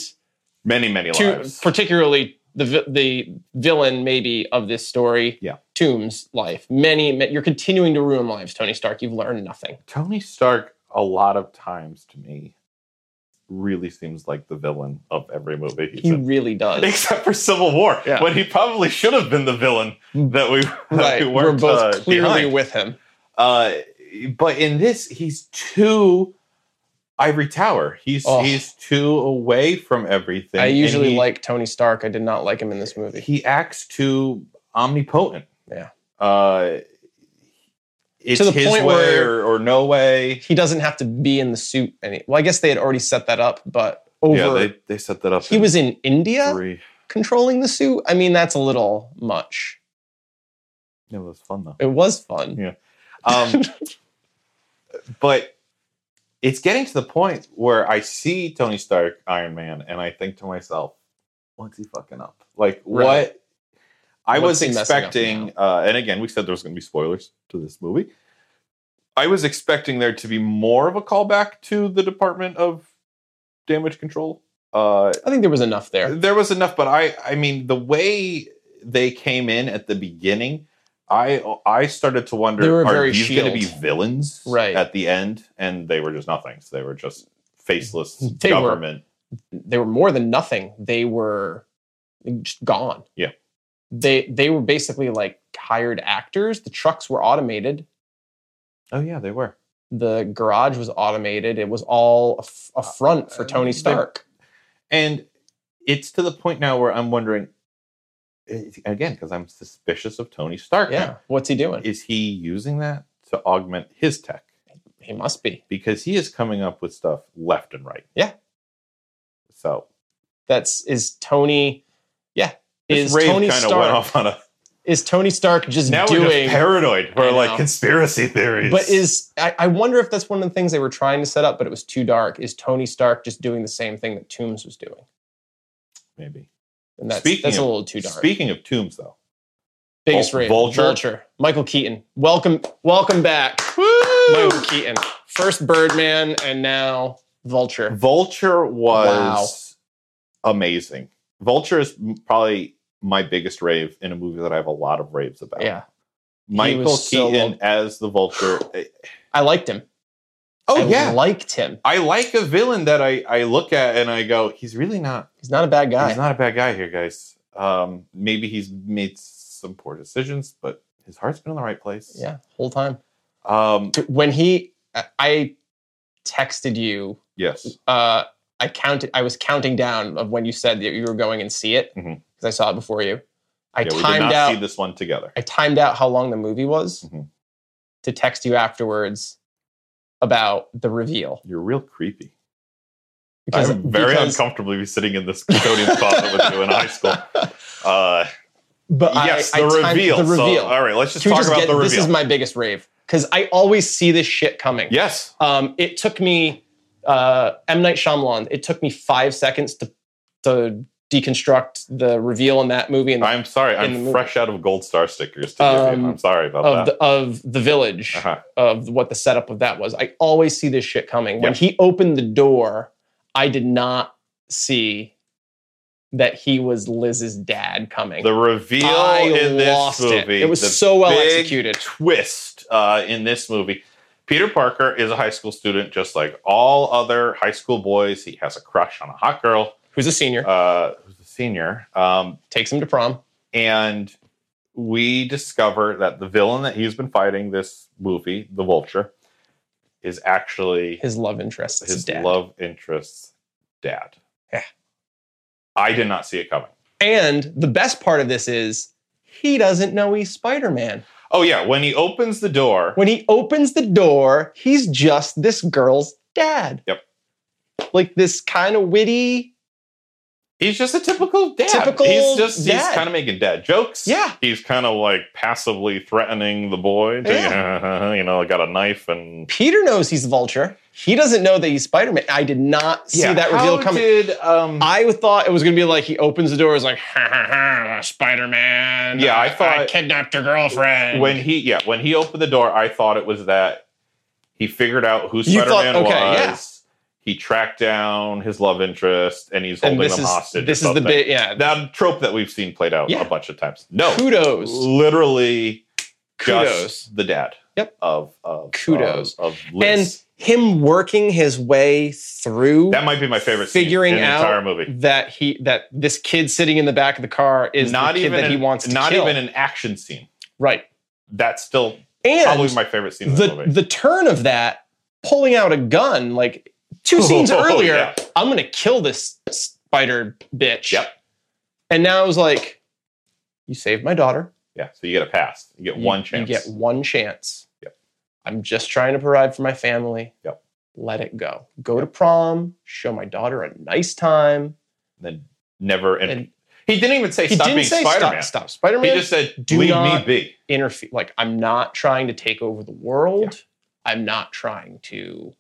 many, many
to,
lives.
particularly the vi- the villain maybe of this story.
Yeah.
Tomb's life. Many ma- you're continuing to ruin lives, Tony Stark. You've learned nothing.
Tony Stark, a lot of times to me, really seems like the villain of every movie he's
He
in.
really does.
except for Civil War,
Yeah.
when he probably should have been the villain that we, that
right.
we
We're
weren't,
both
uh,
clearly
behind.
with him.
Uh, but in this, he's too ivory tower. He's
Oh.
he's too away from everything.
I
and
usually
he-
like Tony Stark. I did not like him in this movie.
he acts too omnipotent.
Yeah.
Uh, it's
the
his
point
way
where-
or, or no way.
He doesn't have to be in the suit any well, I guess they had already set that up, but over
Yeah, they, they set that up.
he
in
was in India
three.
controlling the suit. I mean, that's a little much.
Yeah, it was fun though.
It was fun.
Um, but it's getting to the point where I see Tony Stark, Iron Man, and I think to myself, what's he fucking up? Like,
Right.
what? I
What's he
was
messing up
expecting, uh, and again, we said there was going to be spoilers to this movie. I was expecting there to be more of a callback to the Department of Damage Control. Uh,
I think there was enough there.
there was enough, but I I mean the way they came in at the beginning, I I started to wonder
They were
are
very
these going to be
shield.
villains
Right.
at the end? And they were just nothings. They were just faceless
They were.
government.
they were more than nothing. They were just gone.
Yeah.
They they were basically like hired actors. The trucks were automated.
Oh yeah, they were.
The garage was automated. It was all a, f- a front for
Uh,
Tony
they-
Stark.
And it's to the point now where I'm wondering eh, again because I'm suspicious of Tony Stark. now.
Yeah. What's he doing?
Is he using that to augment his tech?
He must be.
Because he is coming up with stuff left and right.
Yeah.
So
That's is Tony. Yeah.
this
Is
rave
Tony
kinda went
Stark
off on a
is Tony Stark just
now we're
doing?
just paranoid.
I
We're
know.
like conspiracy theories.
but is I, I wonder if that's one of the things they were trying to set up, but it was too dark. Is Tony Stark just doing the same thing that Toombs was doing?
maybe
And that's
Speaking
that's a
of-
little too dark.
speaking of tombs though.
Biggest
Vul-
rave.
Vulture.
Michael Keaton. Welcome, welcome back, Michael Keaton. First Birdman, and now Vulture.
Vulture was amazing. Vulture is m- probably my biggest rave in a movie that I have a lot of raves about.
Yeah,
Michael
was so
Keaton as the Vulture. eh,
I liked him.
Oh
I
yeah,
liked him.
I like a villain that I I look at and I go, he's really not.
He's not a bad guy.
He's not a bad guy here, guys. Um, maybe he's made some poor decisions, but his heart's been in the right place.
yeah, whole time.
Um,
When he, I- I texted you.
yes.
Uh, I counted. I was counting down of when you said that you were going and see it because
Mhm.
I saw it before you. I
yeah, we did
timed
not
out.
see this one together.
I timed out how long the movie was
Mhm.
to text you afterwards about the reveal.
You're real creepy.
Because,
I'm very
because-
uncomfortable to be sitting in this custodian's closet with you in high school. Uh,
But I-
yes,
I
the,
timed
reveal.
The reveal.
So, all right, let's just
Can we
talk
just
about
get-
the reveal.
This is my biggest rave because I always see this shit coming.
yes.
Um, it took me uh, M Night Shyamalan. It took me five seconds to to deconstruct the reveal in that movie and
I'm sorry.
the
I'm
movie.
fresh out of gold star stickers to give
Um,
you. I'm sorry about
of
that.
the, of the village
uh-huh.
of what the setup of that was. I always see this shit coming. When
Yeah.
he opened the door, I did not see that he was Liz's dad coming.
The reveal
I
in this
lost
movie.
it. It was
the
so well
big
executed.
Twist uh, in this movie. Peter Parker is a high school student, just like all other high school boys. He has a crush on a hot girl
Who's a senior?
uh, who's a senior, um,
Takes him to prom.
and we discover that the villain that he's been fighting this movie, the Vulture, is actually
His love interest. is
his
dad.
love interest's dad.
Yeah.
I did not see it coming.
And the best part of this is he doesn't know he's Spider Man.
Oh yeah, when he opens the door,
When he opens the door, he's just this girl's dad.
Yep.
Like this kind of witty.
He's just a typical dad.
Typical
he's just
dad.
he's kind of making dad jokes.
Yeah.
He's kind of like passively threatening the boy. To, you know, I got a knife and
Peter knows he's the vulture. He doesn't know that he's Spider Man. I did not see that reveal
How
coming.
Did, um,
I thought it was going to be like he opens the door, is like, ha ha ha, Spider Man.
Yeah, I thought-
I kidnapped your girlfriend.
when he yeah, when he opened the door, I thought it was that he figured out who
You
Spider
thought-
Man
okay,
was. He tracked down his love interest and he's
and
holding
this
them
is
hostage. or
this is the
something.
bit. Yeah,
that trope that we've seen played out
Yeah.
a bunch of times. No,
kudos,
literally
kudos.
just the dad.
Yep.
Of of
Kudos.
of, of Liz.
And him working his way through
That might be my favorite
Figuring
scene in
out
the entire movie.
that he that this kid sitting in the back of the car is not the kid that
an,
he wants to
not
kill.
even an action scene.
right.
That's still probably
And
my favorite scene in the,
the
movie.
the turn of that pulling out a gun like two
Oh,
scenes
yeah.
earlier, I'm gonna kill this spider bitch.
Yep.
And now I was like, you saved my daughter.
Yeah, so you get a pass. You get
You-
one chance.
You get one chance.
Yep.
I'm just trying to provide for my family.
Yep.
Let it go. Go to prom. Show my daughter a nice time.
then never. And,
And
he didn't even say
he
stop
didn't
being
say
Spider Man.
stop, stop Spider
He
Man.
just said
Do
leave me
not-
be.
interfere. Like I'm not trying to take over the world. I'm not trying to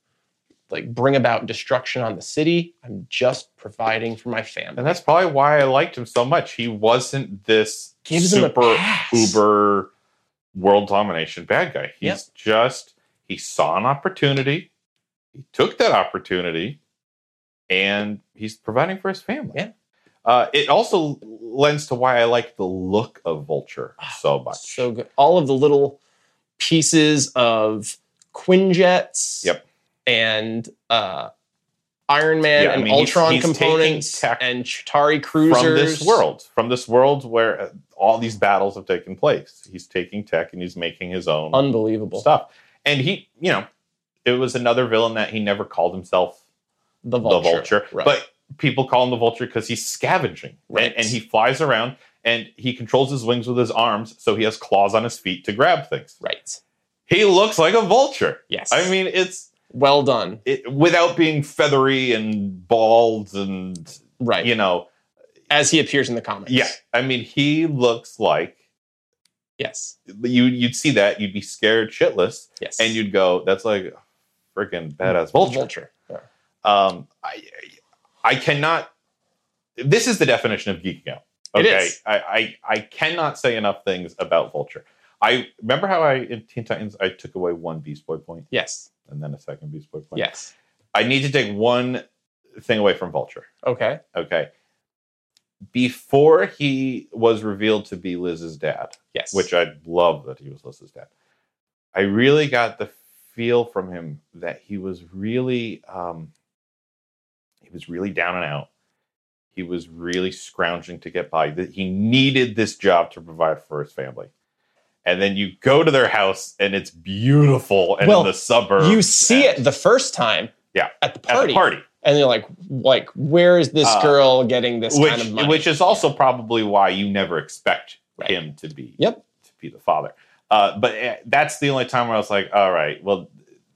like bring about destruction on the city. I'm just providing for my family.
And that's probably why I liked him so much. He wasn't this
Gives him a
super
pass.
uber world domination bad guy. He's
Yep.
just he saw an opportunity, he took that opportunity, and he's providing for his family.
Yeah.
Uh, it also lends to why I like the look of Vulture so much.
Ah, So good. All of the little pieces of Quinjets.
Yep.
And uh, Iron Man
Yeah, I
and
mean, he's-
Ultron
he's taking
components
tech
and Chitari cruisers
from this world, from this world where uh, all these battles have taken place, he's taking tech and he's making his own
Unbelievable.
stuff. And he, you know, it was another villain that he never called himself
The vulture.
the vulture,
Right.
but people call him the vulture because he's scavenging,
Right.
And, and he flies around and he controls his wings with his arms, so he has claws on his feet to grab things.
right.
He looks like a vulture.
Yes.
I mean, it's
well done.
it, without being feathery and bald and
Right.
you know,
As he appears in the comics.
yeah. I mean, he looks like
Yes.
you. You'd see that, you'd be scared shitless,
Yes.
and you'd go, "That's like a freaking badass vulture."
Vulture. Yeah.
um, I, I cannot. This is the definition of geeking out.
It
Okay,
is.
I, I I cannot say enough things about Vulture. I remember how I in Teen Titans I took away one Beast Boy point
Yes.
and then a second Beast Boy point.
Yes.
I need to take one thing away from Vulture.
Okay.
Okay, before he was revealed to be Liz's dad,
Yes.
which I love that he was Liz's dad. I really got the feel from him that he was really um, he was really down and out. He was really scrounging to get by. That he needed this job to provide for his family. And then you go to their house and it's beautiful and
Well,
in the suburbs.
you see it the first time.
Yeah.
At the
at
party.
the party.
And you're like, like, where is this
Uh,
girl getting this
which,
kind of money?
which is also probably why you never expect
Right.
him to be
Yep.
to be the father. Uh, but eh, that's the only time where I was like, all right, well,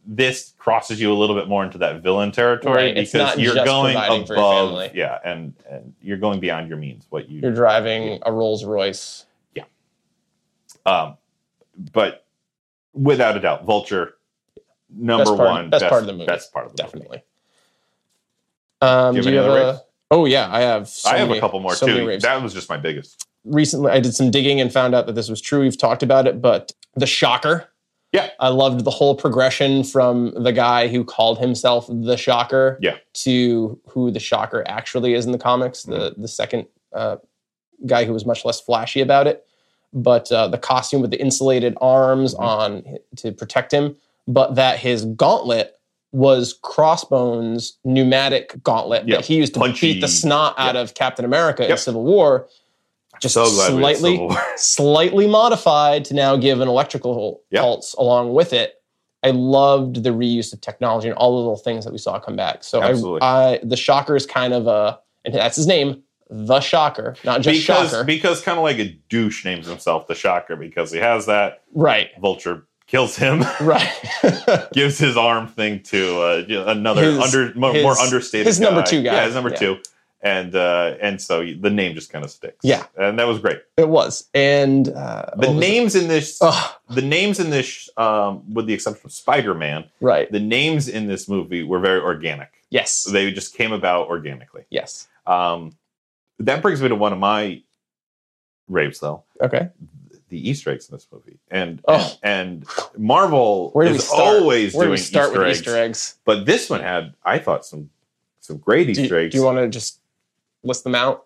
this crosses you a little bit more into that villain territory
Right, it's
because
not
you're
just
going
providing for your
above,
family.
yeah, and, and you're going beyond your means. What you
You're driving a Rolls Royce.
Um, but without a doubt, Vulture number
Best part-
one,
best part of the movie.
best part of the movie.
definitely. Um,
Do
do
you
you
have
have,
any other
a? Oh yeah, I have. So
I have
many-
a couple more
so many
too.
raves.
That was just my biggest.
Recently, I did some digging and found out that this was true. We've talked about it, but the shocker.
Yeah.
I loved the whole progression from the guy who called himself the Shocker.
Yeah.
To who the Shocker actually is in the comics. The
Mm-hmm.
the second uh, guy who was much less flashy about it, but uh, the costume with the insulated arms
Mhm.
on to protect him, but that his gauntlet was Crossbones' pneumatic gauntlet
Yeah,
that he used to
punchy-
beat the snot out
yeah.
of Captain America in
Yep.
Civil War. Just
So glad we had
slightly,
Civil War.
slightly modified to now give an electrical
Yeah.
pulse along with it. I loved the reuse of technology and all the little things that we saw come back. So
Absolutely.
I, I, the Shocker is kind of a, and that's his name, the Shocker, not just
because
Shocker,
because kind of like a douche names himself the Shocker because he has that
right?
Vulture kills him,
Right.
gives his arm thing to uh, you know, another
His-
under mo- more
his-
understated
his number two guy.
yeah, his number
Yeah.
two, and uh, and so the name just kind of sticks.
Yeah.
and that was great.
It was, and
The
uh, what was it?
names in this
Ugh,
the names in this, um, with the exception of Spider Man,
right?
the names in this movie were very organic.
Yes,
They just came about organically.
yes.
Um, that brings me to one of my raves, though
Okay,
the Easter eggs in this movie. And
Oh.
and, and Marvel
Where do we
is
start?
always
where do
doing
we start
Easter
with
eggs,
Easter eggs?
but this one had, I thought, some some great
Do
Easter
you,
eggs.
do you want to just list them out?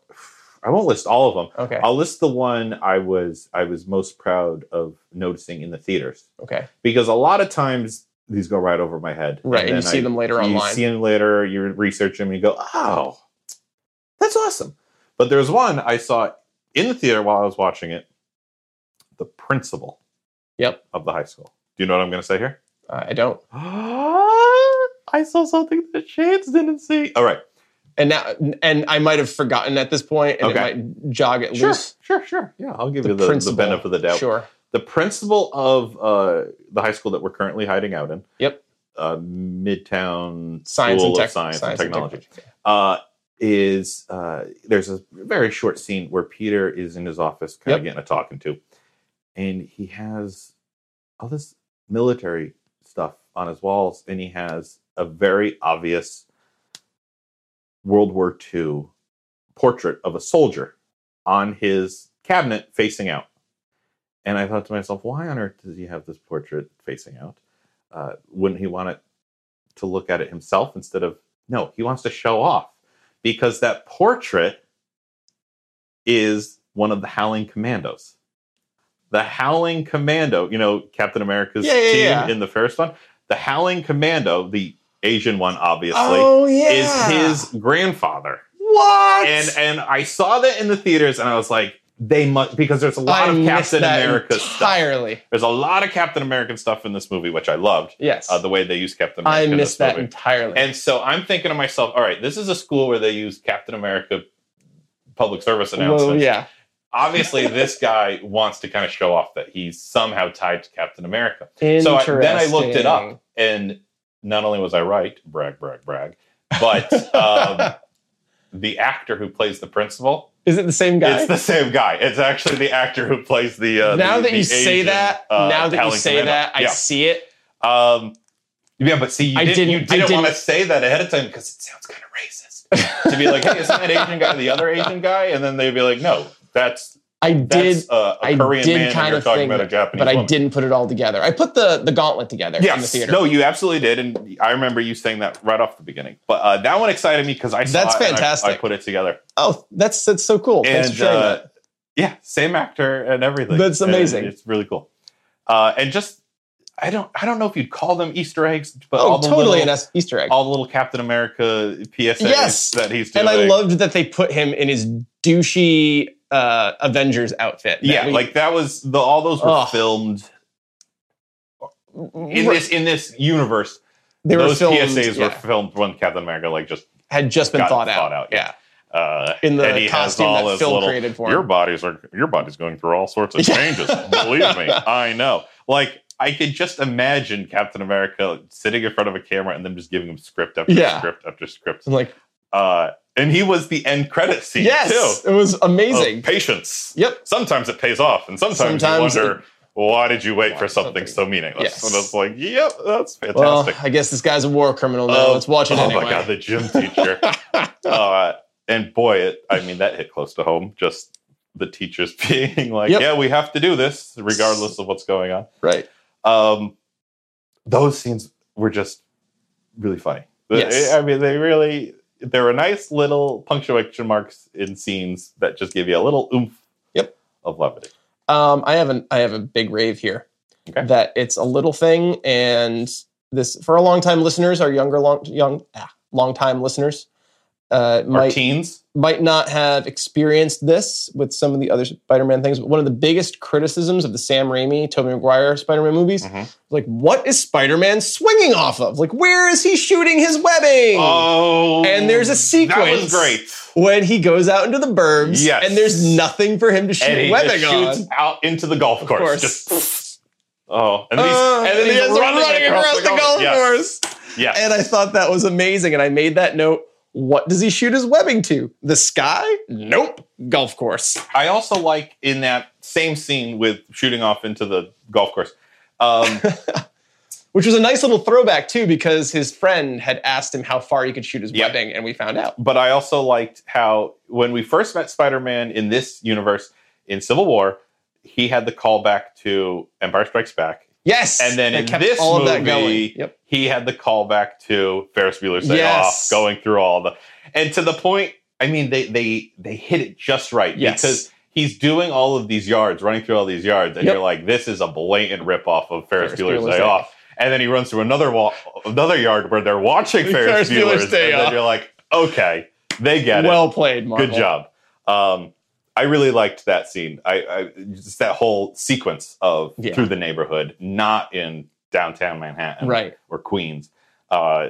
I won't list all of them.
Okay,
I'll list the one I was I was most proud of noticing in the theaters.
okay,
because a lot of times these go right over my head.
Right, and you
then
see them later
you
online.
see them later. You research them, and you go, "Oh, that's awesome." But there's one I saw in the theater while I was watching it. The principal
Yep.
of the high school. Do you know what I'm going to say here?
I I don't.
I saw something that Shades didn't see. All right,
And now, and I might have forgotten at this point, and
Okay.
it might jog it
sure,
loose.
sure, sure. Yeah, I'll give
The
you the, the
principal.
benefit of the doubt.
Sure.
the principal of uh, the high school that we're currently hiding out in.
Yep.
Uh, Midtown
Science
School
and tech,
of Science, and Technology uh, is uh, there's a very short scene where Peter is in his office, kind of
Yep.
getting a talking to, and he has all this military stuff on his walls, and he has a very obvious World War II portrait of a soldier on his cabinet facing out. And I thought to myself, why on earth does he have this portrait facing out? Uh, wouldn't he want it to look at it himself instead of no, he wants to show off because that portrait is one of the Howling Commandos. The Howling Commando, you know, Captain America's
Yeah, yeah,
team
yeah.
in the first one. The Howling Commando, the Asian one, obviously,
Oh yeah.
is his grandfather.
what?
And and I saw that in the theaters, and I was like, they must because there's a lot
I
of
missed
Captain
that
America stuff.
entirely.
There's a lot of Captain American stuff in this movie, which I loved.
Yes.
Uh, the way they use Captain America.
I
in
missed
this
that
movie.
entirely.
And so I'm thinking to myself, all right, this is a school where they use Captain America public service announcements.
well, yeah.
Obviously, this guy wants to kind of show off that he's somehow tied to Captain America. So I,
Interesting.
then I looked it up, and not only was I right, brag, brag, brag, but um, the actor who plays the principal,
Is it the same guy?
it's the same guy. It's actually the actor who plays the. Uh,
now
the-
that
the
you say
Asian,
that,
uh,
now that you
Howling
say
Commando.
that, I
Yeah.
see it.
Um, yeah, but see, you
I
didn't,
didn't-
you
I
didn't, want to
didn't-
say that ahead of time because it sounds kind of racist to be like, "Hey, isn't that Asian guy the other Asian guy?" And then they'd be like, "No, that's
I
that's
did,
uh, a
I
Korean
did
man, and
kind
you're
of
talking
think
about a
that,
Japanese
but I
woman."
didn't put it all together. I put the the gauntlet together in the
Yes,
theater.
no, you absolutely did, and I remember you saying that right off the beginning. But uh, that one excited me because I saw
That's
it and I-
fantastic.
I, put it together,
Oh, that's that's so cool. Thanks for
and
sharing
uh, yeah, same actor and everything.
That's
And
amazing.
it's really cool, uh, and just I don't I don't know if you'd call them Easter eggs, but
oh,
all the
totally
little,
an Easter egg.
all the little Captain America PSAs
Yes!
that he's doing.
and I loved that they put him in his douchey uh, Avengers outfit. that
yeah,
we-
like that was the all those were
Ugh.
filmed in this in this universe.
they were
those
filmed,
PSAs
yeah,
were filmed when Captain America like just
had just been
got
thought out.
thought out, yeah. uh,
in the
and he has
costume
all
that
his
Phil
little-
created for him.
your body's are your body's going through all sorts of
Yeah.
changes. Believe me, I know. Like I could just imagine Captain America sitting in front of a camera and them just giving him script after
Yeah.
script after script.
I'm like,
Uh, and he was the end credit scene
yes,
too. Oh,
it was
of
amazing.
Patience.
Yep.
Sometimes it pays off, and sometimes,
Sometimes
you wonder why did you wait
Why
for something,
something-
so meaningless.
Yes.
And it's like, yep, that's
Well,
fantastic.
I guess this guy's a war criminal now.
Oh,
Let's watch it
oh
anyway.
my god, the gym teacher. uh, and boy, it, I mean, that hit close to home. Just the teachers being like,
Yep.
yeah, we have to do this regardless of what's going on.
Right.
Um, those scenes were just really funny. The-
Yes.
I mean, they really, there were nice little punctuation marks in scenes that just give you a little oomph
Yep.
of levity.
Um, I have an I have a big rave here.
Okay.
That it's a little thing, and this for a long time listeners, our younger long young ah, long time listeners, uh,
Our
might
teens,
might not have experienced this with some of the other Spider-Man things. But one of the biggest criticisms of the Sam Raimi, Tobey Maguire Spider-Man movies,
Mhm.
like what is Spider-Man swinging off of? Like where is he shooting his webbing?
oh,
And there's a
That
sequence.
was great.
when he goes out into the burbs,
Yes.
and there's nothing for him to shoot
And he
webbing
just
on.
shoots out into the golf
Of
course.
course.
Just, oh, and, he's-
Uh,
and then he's, running, across, the golf course. Yes.
And I thought that was amazing. And I made that note. What does he shoot his webbing to? The sky? Nope. Golf course.
I also like in that same scene with shooting off into the golf course. Um,
Which was a nice little throwback, too, because his friend had asked him how far he could shoot his
Yep.
webbing, and we found out.
but I also liked how when we first met Spider-Man in this universe in Civil War, he had the callback to Empire Strikes Back,
Yes.
and then
That
in this movie,
Yep.
he had the callback to Ferris Bueller's Day
Yes.
Off, going through all the, and to the point. I mean, they they they hit it just right
Yes.
because he's doing all of these yards, running through all these yards, and
Yep.
you're like, this is a blatant ripoff of Ferris,
Ferris
Bueller's,
Bueller's
Day
Day
Off. And then he runs through another wall, another yard where they're watching Ferris,
Ferris Bueller's
Bueller's,
Day
and then
Off.
you're like, okay, they get it.
Well played, Marvel.
Good job. Um, I really liked that scene. I, I just that whole sequence of
Yeah.
through the neighborhood, not in downtown Manhattan
Right.
or Queens, uh,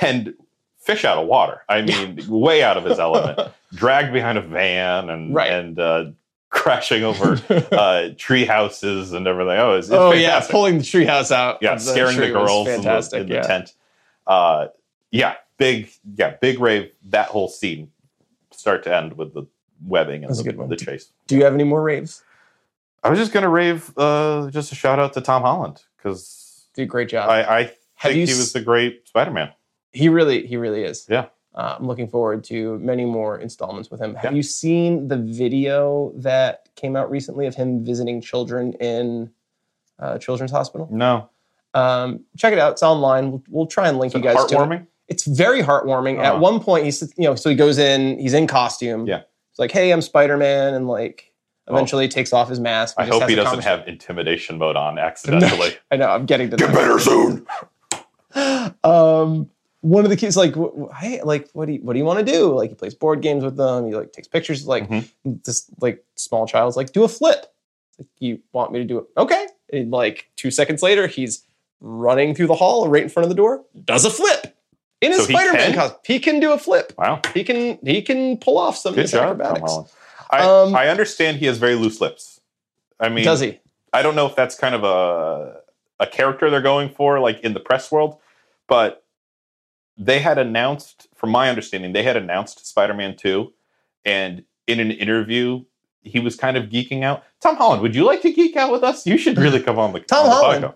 and fish out of water. I mean, way out of his element, dragged behind a van and
Right.
and uh, crashing over uh, tree houses and everything. Oh, it's, it's
oh, yeah.
fantastic.
Pulling the treehouse out.
yeah,
of
scaring the
tree was
girls in the,
Fantastic.
in the
yeah.
tent. Uh, yeah, big, yeah, big rave. That whole scene, start to end with the webbing and
That's a
the,
good one.
the chase.
Do you have any more raves?
I was just gonna rave. Uh, just a shout out to Tom Holland because
Dude, great job.
I, I think
Uh, Have
he
you
was the great Spider-Man.
He really, he really is.
Yeah.
Uh, I'm looking forward to many more installments with him. Have
Yeah.
you seen the video that came out recently of him visiting children in uh, Children's Hospital?
No,
Um, check it out. It's online. We'll, we'll try and link you guys to it.
heartwarming.
It's very heartwarming.
Uh-huh.
At one point, he's you know, so he goes in, he's in costume.
Yeah.
It's like, hey, I'm Spider Man, and like
Oh.
eventually takes off his mask. and
I
just
hope
has
he
a
doesn't
conversation.
have intimidation mode on accidentally.
I know. I'm getting to that.
better soon.
um, one of the kids like, "Wh- wh- hey, like, what do you, what do you want to do? Like, he plays board games with them. He like takes pictures. Like
Mhm.
this, like small child's like, do a flip. Like, you want me to do it? Okay. And like two seconds later, he's running through the hall right in front of the door. Does a flip in his
So he
Spider-Man
can?
costume. He can do a flip.
Wow,
He can he can pull off some of
good
his
job, Tom
acrobatics.
Holland. I,
Um,
I understand he has very loose lips. I mean,
Does he?
I don't know if that's kind of a a character they're going for, like in the press world, but they had announced, from my understanding, they had announced Spider-Man Two, and in an interview, he was kind of geeking out. Tom Holland, would you like to geek out with us? You should really come on the on
Tom
the
Holland.
podcast.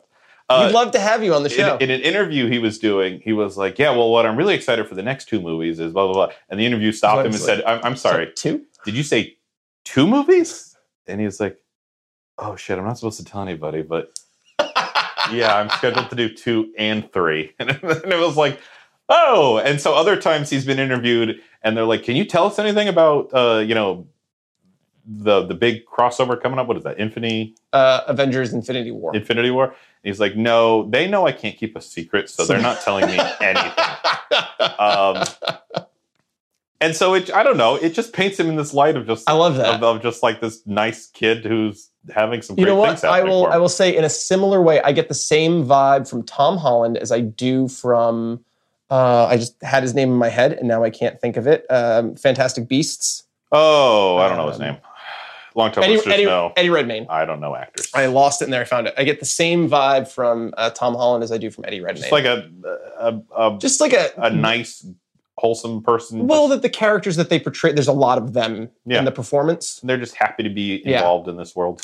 Uh,
We'd love to have you on the show.
in, in an interview he was doing, he was like, "Yeah, well, what I'm really excited for the next two movies is blah blah blah." And the interview stopped
What
him and
is
said, I'm, "I'm sorry,
two.
did you say two movies?" And he was like, "Oh shit, I'm not supposed to tell anybody, but yeah, I'm scheduled to do two and three. And it was like, "Oh!" And so other times he's been interviewed, and they're like, "Can you tell us anything about uh, you know?" the the big crossover coming up. What is that? Infinity
Uh, Avengers: Infinity War.
Infinity War. And he's like, no, they know I can't keep a secret, so they're not telling me anything. Um, and so it, I don't know. It just paints him in this light of just
I love that.
of, of just like this nice kid who's having some.
you
great
know
Things
what? I
happening
will.
For him.
I will say in a similar way. I get the same vibe from Tom Holland as I do from. Uh, I just had his name in my head, and now I can't think of it. Um, Fantastic Beasts.
Oh, I don't know his
Um,
name. Long time
Eddie,
listeners
Eddie,
know
Eddie Redmayne.
I don't know actors.
I lost it, and there I found it. I get the same vibe from uh, Tom Holland as I do from Eddie Redmayne.
just like a a, a,
just like a,
a nice wholesome person.
Mm-hmm. well
just-
that the characters that they portray. There's a lot of them
Yeah.
in the performance.
they're just happy to be
Yeah.
involved in this world.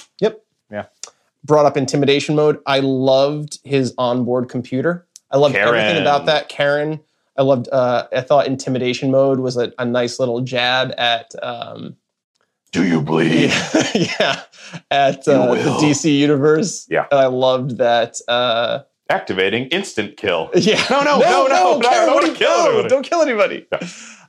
Brought up intimidation mode. I loved his onboard computer. I loved
Karen.
everything about that. Karen. I loved. Uh, I thought intimidation mode was a, a nice little jab at. Um,
Do you bleed?
yeah, at
You
uh, the
will.
DC universe.
Yeah.
and I loved that. Uh,
Activating instant kill.
Yeah.
No, no, no, no, no,
Karen,
don't
what are you-
kill
no,
anybody.
Don't kill anybody.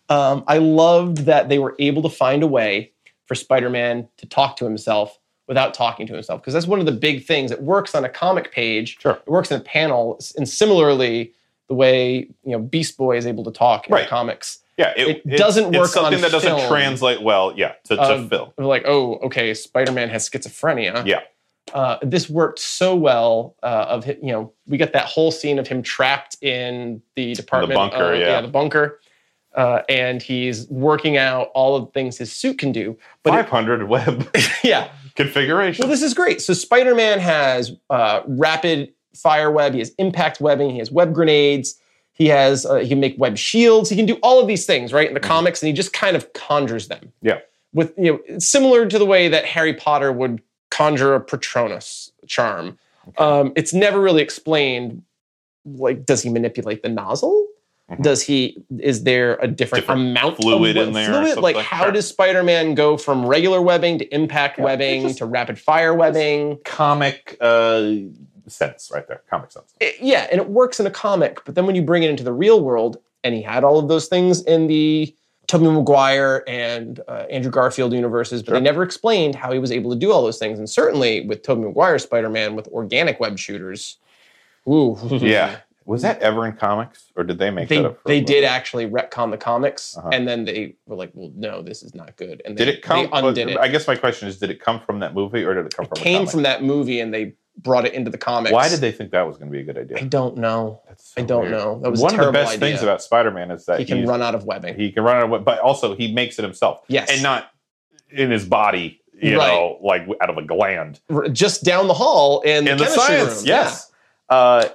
Um, I loved that they were able to find a way for Spider Man to talk to himself without talking to himself. Because that's one of the big things. It works on a comic page,
Sure.
it works in a panel. s- And similarly, the way you know Beast Boy is able to talk in
Right.
comics.
Yeah,
It
it's
doesn't work on
something that doesn't
film.
translate well. Yeah, to, to
Um,
film.
We're like, oh, okay, Spider Man has schizophrenia.
Yeah.
Uh, this worked so well. Uh, of hi- you know, we got that whole scene of him trapped in the department.
bunker,
of-
yeah.
the bunker, uh, and he's working out all of the things his suit can do. But it-
Five hundred web
yeah,
configuration.
well, this is great. So Spider Man has uh, rapid fire web. He has impact webbing. He has web grenades. He has uh, he can make web shields. He can do all of these things right in the
Mhm.
comics, and he just kind of conjures them.
Yeah.
With you know, it's similar to the way that Harry Potter would conjure a Patronus charm. Um, it's never really explained. Like, does he manipulate the nozzle?
Mhm.
Does he? Is there a different,
Different
amount
fluid
of
in there or
Fluid? Like,
something,
how
sure.
does Spider-Man go from regular webbing to impact
Yeah,
webbing
it's just-
to rapid fire webbing?
comic uh, sense right there. Comic sense.
It- yeah, and it works in a comic, but then when you bring it into the real world, and he had all of those things in the Tobey Maguire and uh, Andrew Garfield universes, but
Sure.
they never explained how he was able to do all those things. And certainly with Tobey Maguire Spider-Man with organic web shooters, ooh,
Mm-hmm. Yeah. Was that ever in comics, or did they make
They,
that up? for a
they
movie?
did actually retcon the comics,
Uh-huh.
and then they were like, "Well, no, this is not good." And they,
Did it come?
They undid it.
I guess my question is, did it come from that movie, or did it come from? a
came
comic?
from that movie and they brought it into the comics.
Why did they think that was going to be a good idea?
I don't know.
That's so
I don't
weird.
know. That was
One
a
of the
terrible
best
idea.
things about Spider-Man is that
he can
he's-
run out of webbing.
He can run out of it, but also he makes it himself,
yes,
and not in his body. You
Right.
know, like out of a gland.
R- just down the hall in,
In the
chemistry
science,
room.
yes. Uh,
Yeah.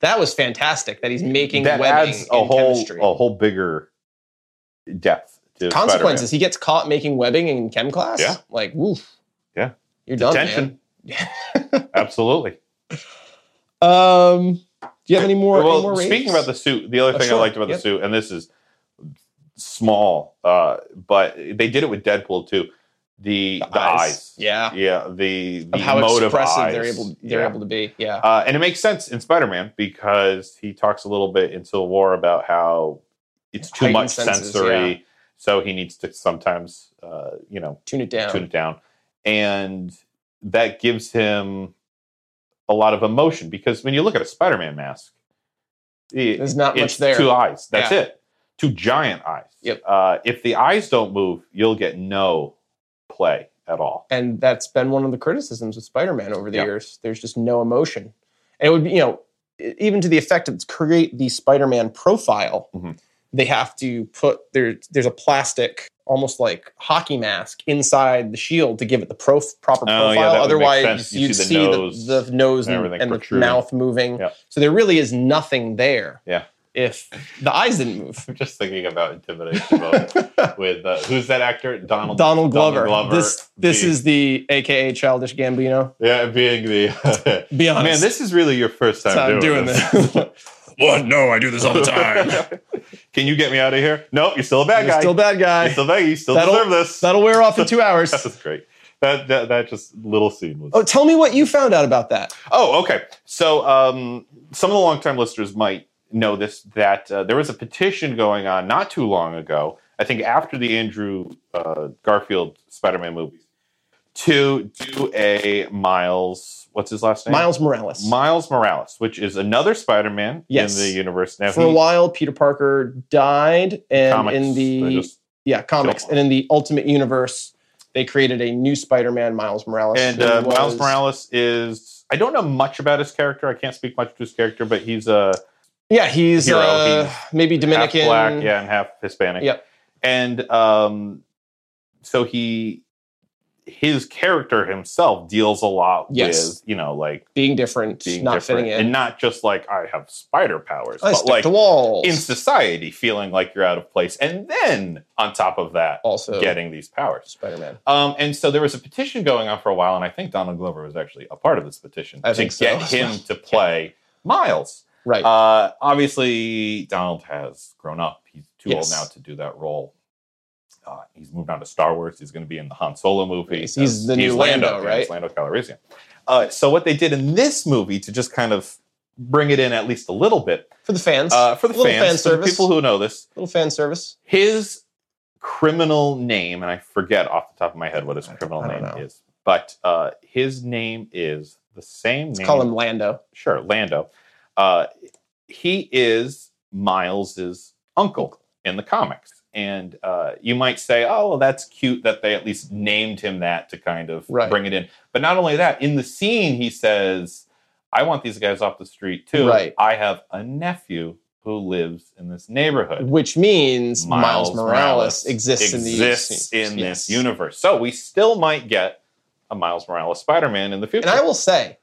that was fantastic. That he's making
that
webbing
adds a
in
whole
chemistry.
a whole bigger depth to
Consequences: He gets caught making webbing in chem class.
Yeah.
like woof.
Yeah.
you're done,
Spider-Man. Detention, absolutely.
man. Um, do you have any more? any
well,
more
speaking
ratings?
about the suit, the other
Oh,
thing
sure.
I liked about
Yep.
the suit, and this is small, uh, but they did it with Deadpool too. The the, eyes.
yeah,
yeah, the, the
of how
mode of
expressive they're
eyes.
able they're
Yeah.
able to be. Yeah,
Uh, and it makes sense in Spider-Man because he talks a little bit in Civil War about how it's too
Heightened
much
senses,
sensory,
yeah.
so he needs to sometimes, uh, you know,
tune it down.
tune it down, and that gives him a lot of emotion because when you look at a Spider-Man mask, it-
There's not much
it's
there.
Two eyes. That's
Yeah.
it. Two giant eyes.
Yep.
Uh, if the eyes don't move, you'll get no play at all.
and that's been one of the criticisms of Spider-Man over the
Yeah.
years. There's just no emotion, and it would be you know e- even to the effect of create the Spider-Man profile,
Mhm.
they have to put there. There's a plastic, almost like hockey mask, inside the shield to give it the prof, proper
Oh, yeah, that
profile.
would make sense.
Otherwise,
You
you'd
see the
see
nose
the, the nose
and
and,
everything
and the
protruding.
mouth moving.
Yeah.
So there really is nothing there.
Yeah.
If the eyes didn't move.
I'm just thinking about intimidation mode with uh, who's that actor? Donald.
Donald Glover.
Glover
This this
being-
is the AKA childish Gambino.
Yeah, being the
Be honest.
man. This is really your first time, doing,
I'm doing
this.
this.
What? No, I do this all the time.
Can you get me out of here? Nope, you're still a bad
You're
guy.
still bad
You're
guy.
still bad. You still
That'll-
deserve this.
That'll wear off in two hours.
That was great. That, that that just little scene was.
Oh, tell me what you found out about that.
Oh, okay. So um, some of the longtime listeners might know this that uh, there was a petition going on not too long ago I think after the Andrew uh, Garfield Spider-Man movies, to do a Miles. What's his last name?
Miles Morales.
Miles Morales, which is another Spider-Man
Yes.
in the universe now.
For a while, Peter Parker died, and
comics,
in
I
the
just-
yeah comics,
Don't-
and in the Ultimate Universe, they created a new Spider-Man, Miles Morales,
and
who
uh, Miles
was-
Morales is. I don't know much about his character. I can't speak much to his character, but he's a
Yeah, he's,
Hero,
uh,
he's
maybe Dominican.
half black, yeah, and half Hispanic.
Yep.
And um, so he, his character himself deals a lot
Yes.
with you know like
being different,
being
not
different
fitting in.
and not just like I have spider powers,
I
but
stick
like
to walls.
in society feeling like you're out of place, and then on top of that,
also,
getting these powers.
Spider-Man.
Um, and so there was a petition going on for a while, and I think Donald Glover was actually a part of this petition
I
to
think so.
get him to play Miles.
Right.
Uh, obviously, Donald has grown up. He's too
Yes.
old now to do that role. Uh, he's moved on to Star Wars. He's going to be in the Han Solo movie.
Yes, he's the new Lando,
yeah, he's Lando Calrissian. Uh, so what they did in this movie to just kind of bring it in at least a little bit
for the fans.
uh, for the
Little
fans,
fan
for the
service.
people who know this,
little fan service.
his criminal name, and I forget off the top of my head what his criminal
I don't
name
know.
is, but uh, his name is the same
Let's
name.
call him Lando.
sure, Lando. Uh, he is Miles's uncle in the comics, and uh, you might say, "Oh, well, that's cute that they at least named him that to kind of
Right.
bring it in." But not only that, in the scene, he says, "I want these guys off the street too.
Right.
I have a nephew who lives in this neighborhood."
Which means Miles, Morales, exists,
exists
in, the
in this
Yes.
universe. So we still might get a Miles Morales Spider-Man in the future.
And I will say,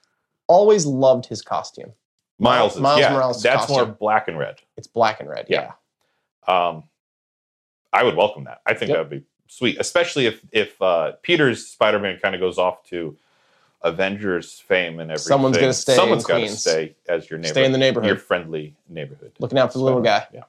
always loved his costume.
Miles, is,
Miles
yeah,
Morales
that's
costume.
more black and red.
It's black and red.
Yeah.
Yeah.
Um, I would welcome that. I think
Yep.
that would be sweet, especially if if uh, Peter's Spider-Man kind of goes off to Avengers fame and everything.
Someone's gonna stay
Someone's
in
gotta
Queens.
stay as your neighbor,
Stay in the neighborhood,
your friendly neighborhood.
looking out for the little guy,
Yeah,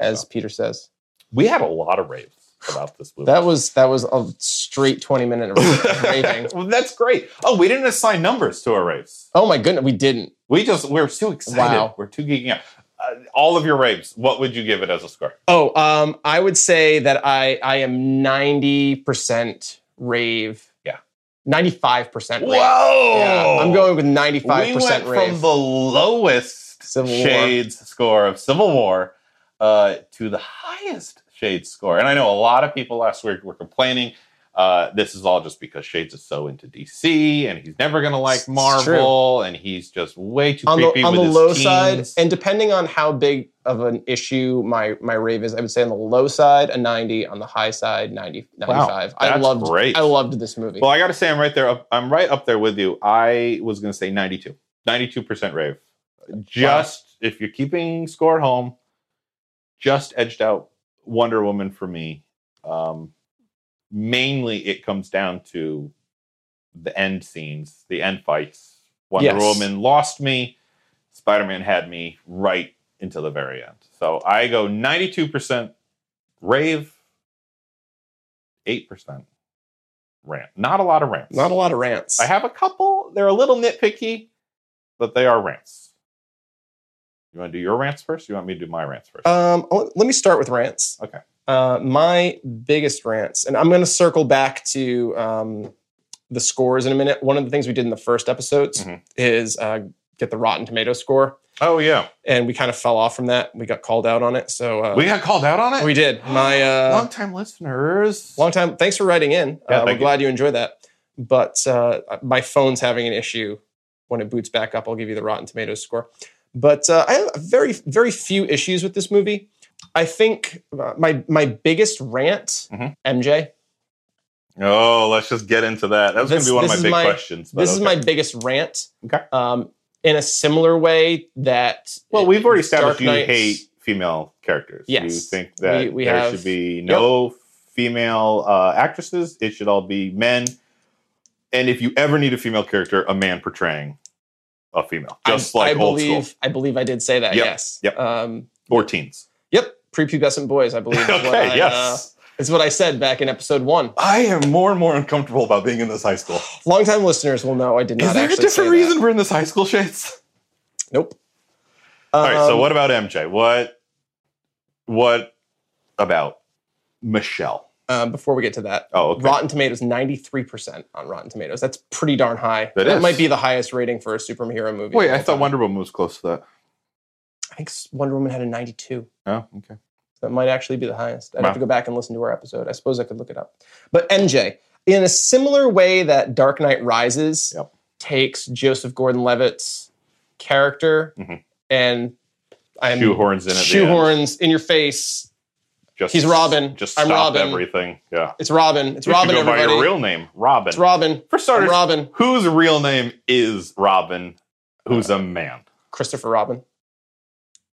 as
So.
Peter says.
we had a lot of raves about this movie.
That was that was a straight twenty minute of raving.
well, that's great. Oh, we didn't assign numbers to our raves.
Oh my goodness, we didn't.
We just we're too excited.
Wow.
We're too geeking out. Uh, all of your raves. What would you give it as a score?
Oh, um, I would say that I I am ninety percent rave.
Yeah.
ninety five percent. rave.
Whoa!
Yeah, I'm going with ninety five
We went
percent rave.
from the lowest
Civil War.
shades score of Civil War uh, to the highest shades score, and I know a lot of people last week were complaining. Uh, this is all just because Shades is so into DC, and he's never going to like
It's
Marvel, and he's just way too
on
creepy
the on
with
the
his
low
teens.
side, and depending on how big of an issue my my rave is, I would say on the low side a ninety, on the high side 90, 95. I
that's
loved
great.
I loved this movie.
Well, I got to say, I'm right there. up- I'm right up there with you. I was going to say 92, 92 percent rave. Just if you're keeping score at home, just edged out Wonder Woman for me. Um, mainly, it comes down to the end scenes, the end fights. Wonder
Yes.
Woman lost me. Spider Man had me right into the very end. So I go 92 percent rave, eight percent rant. Not a lot of rants.
Not a lot of rants.
I have a couple. They're a little nitpicky, but they are rants. You want to do your rants first? You want me to do my rants first?
Um, I'll- let me start with rants.
Okay.
Uh, my biggest rants, and I'm going to circle back to um, the scores in a minute. One of the things we did in the first episodes
Mhm.
is uh, get the Rotten Tomato score,
oh yeah,
and we kind of fell off from that. We got called out on it, so uh,
we got called out on it.
we did. My uh,
Longtime listeners.
long time. Thanks for writing in.
Yeah,
uh,
thank
we're
you.
glad you enjoyed that. But uh, my phone's having an issue. When it boots back up, I'll give you the Rotten Tomatoes score. But uh, I have very, very few issues with this movie. I think uh, my my biggest rant,
Mhm.
MJ.
oh, let's just get into that. That was going
This-
to be one of
this
my
is
big
my-
questions. but
This is
okay.
my biggest rant.
Okay.
Um, in a similar way that
Well, we've already established
Dark
you
Knight's-
hate female characters. You
Yes.
think that
We- we
there
have-
should be no female uh, actresses. It should all be men. And if you ever need a female character, a man portraying a female, just
I,
like
I
old
believe,
school
I believe I did say that.
Yep,
Yes.
yep.
Um,
or teens.
yep. Prepubescent boys. I believe. is what
okay,
I, uh,
yes.
is what I said back in episode one.
I am more and more uncomfortable about being in this high school.
Longtime listeners will know I did not.
Is there a
actually
different
say that.
reason we're in this high school, Shades?
Nope.
All right. So
Um,
what about MJ? What? What about Michelle.
Um, before we get to that,
Oh, okay.
Rotten Tomatoes, 93% on Rotten Tomatoes. That's pretty darn high.
That is.
might be the highest rating for a superhero movie.
Wait,
of
I
all
thought
time.
Wonder Woman was close to that.
I think s- Wonder Woman had a 92.
Oh, okay.
That might actually be the highest. I'd
Wow.
have to go back and listen to our episode. I suppose I could look it up. But MJ, in a similar way that Dark Knight Rises
Yep.
takes Joseph Gordon Levitt's character
Mhm.
and I'm
shoehorns in at the end.
shoehorns in your face.
Just,
He's Robin.
Just
I'm
stop
Robin.
everything. Yeah.
It's Robin. It's
You should
Robin,
go
everybody.
by your real name, Robin.
it's Robin.
For
I'm
starters,
Robin.
whose real name is Robin? Who's a man?
Christopher Robin. Uh,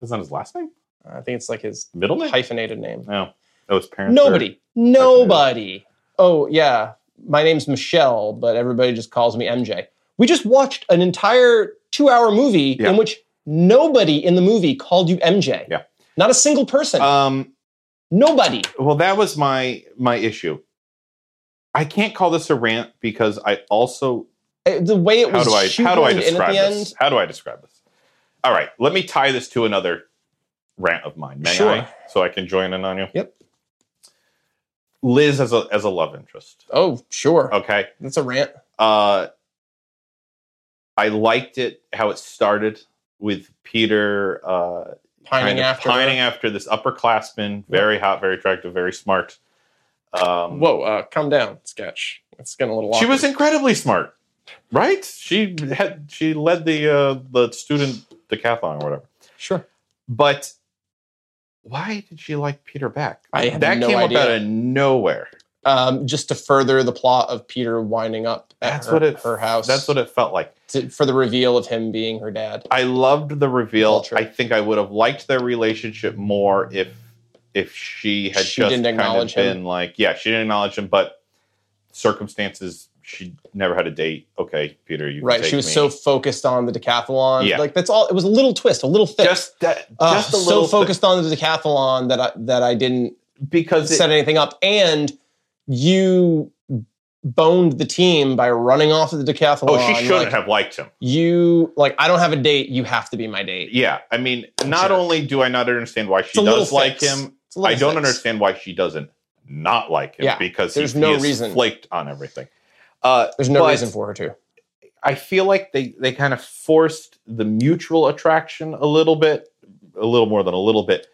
Isn't that his last name?
I think it's like his
Middle name?
hyphenated name.
No. Oh, his parents. are-
Nobody. Nobody. Oh, yeah. My name's Michelle, but everybody just calls me MJ. We just watched an entire two hour movie
Yeah.
in which nobody in the movie called you MJ.
Yeah.
Not a single person.
Um,
nobody.
well, that was my my issue. I can't call this a rant because I also
Uh, The way it
how
was
do I how do I
shoehorned in at
describe
the
this?
end.
How do I describe this? All right, let me tie this to another rant of mine. May
Sure.
I? So I can join in on you.
Yep.
Liz as a as a love interest.
Oh, sure.
Okay.
That's a rant.
Uh I liked it how it started with Peter uh
Pining
kind of
after.
pining
her.
after this upperclassman, very hot, very attractive, very smart. Um
Whoa, uh, calm down, sketch. It's getting a little
she
awkward.
was incredibly smart, right? She had she led the uh, the student decathlon or whatever.
Sure.
But why did she like Peter back?
I have
that
no
came
idea.
up out of nowhere.
Um, just to further the plot of Peter winding up at
That's
her,
what it
her house.
That's what it felt like.
to, for the reveal of him being her dad.
I loved the reveal.
Culture.
I think I would have liked their relationship more if if she had
She
just
didn't
kind of
acknowledge him.
been like, yeah, she didn't acknowledge him, but circumstances. She never had a date. Okay, Peter, you can
Right.
take
She was
me.
so focused on the decathlon.
Yeah.
Like that's all. It was a little twist, a little fix.
just that,
Ugh,
just a
so
little bit.
focused on the decathlon that I that I didn't
because it-
set anything up, and you boned the team by running off of the decathlon.
Oh, she shouldn't
like,
have liked him.
You like I don't have a date. You have to be my date.
Yeah, I mean, not
Jerk.
only do I not understand why
It's a
she
little
does like
fix.
him,
It's a
I
little
don't
fix.
understand why she doesn't not like him
Yeah,
because
there's
he,
no
he is
reason.
flaked on everything. Uh,
There's no
but
reason for her to.
I feel like they they kind of forced the mutual attraction a little bit, a little more than a little bit,